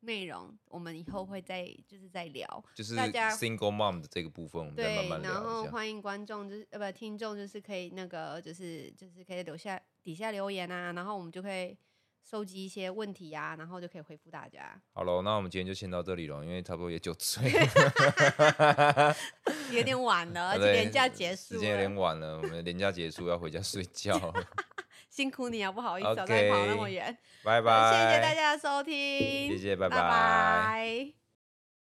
Speaker 2: 内容，我们以后会再就是再聊。
Speaker 1: 就是
Speaker 2: 大家
Speaker 1: single mom 的这个部分，我们再慢
Speaker 2: 对，
Speaker 1: 慢
Speaker 2: 然
Speaker 1: 聊
Speaker 2: 后
Speaker 1: 一下。
Speaker 2: 欢迎观众就是呃不听众就是可以那个就是就是可以留下底下留言啊，然后我们就会收集一些问题啊，然后就可以回复大家，
Speaker 1: 好了，那我们今天就先到这里了，因为差不多也酒 醉了，
Speaker 2: 有点晚 了，而且
Speaker 1: 对
Speaker 2: 廉价结束
Speaker 1: 时间有点
Speaker 2: 了，
Speaker 1: 晚了，我们连假结束要回家睡觉了，
Speaker 2: 辛苦你啊，不好意思哦、再跑那么
Speaker 1: OK，
Speaker 2: 远，
Speaker 1: 拜
Speaker 2: 谢
Speaker 1: 拜，
Speaker 2: 谢大家的收听，
Speaker 1: 谢谢拜
Speaker 2: 拜
Speaker 1: 拜
Speaker 2: 拜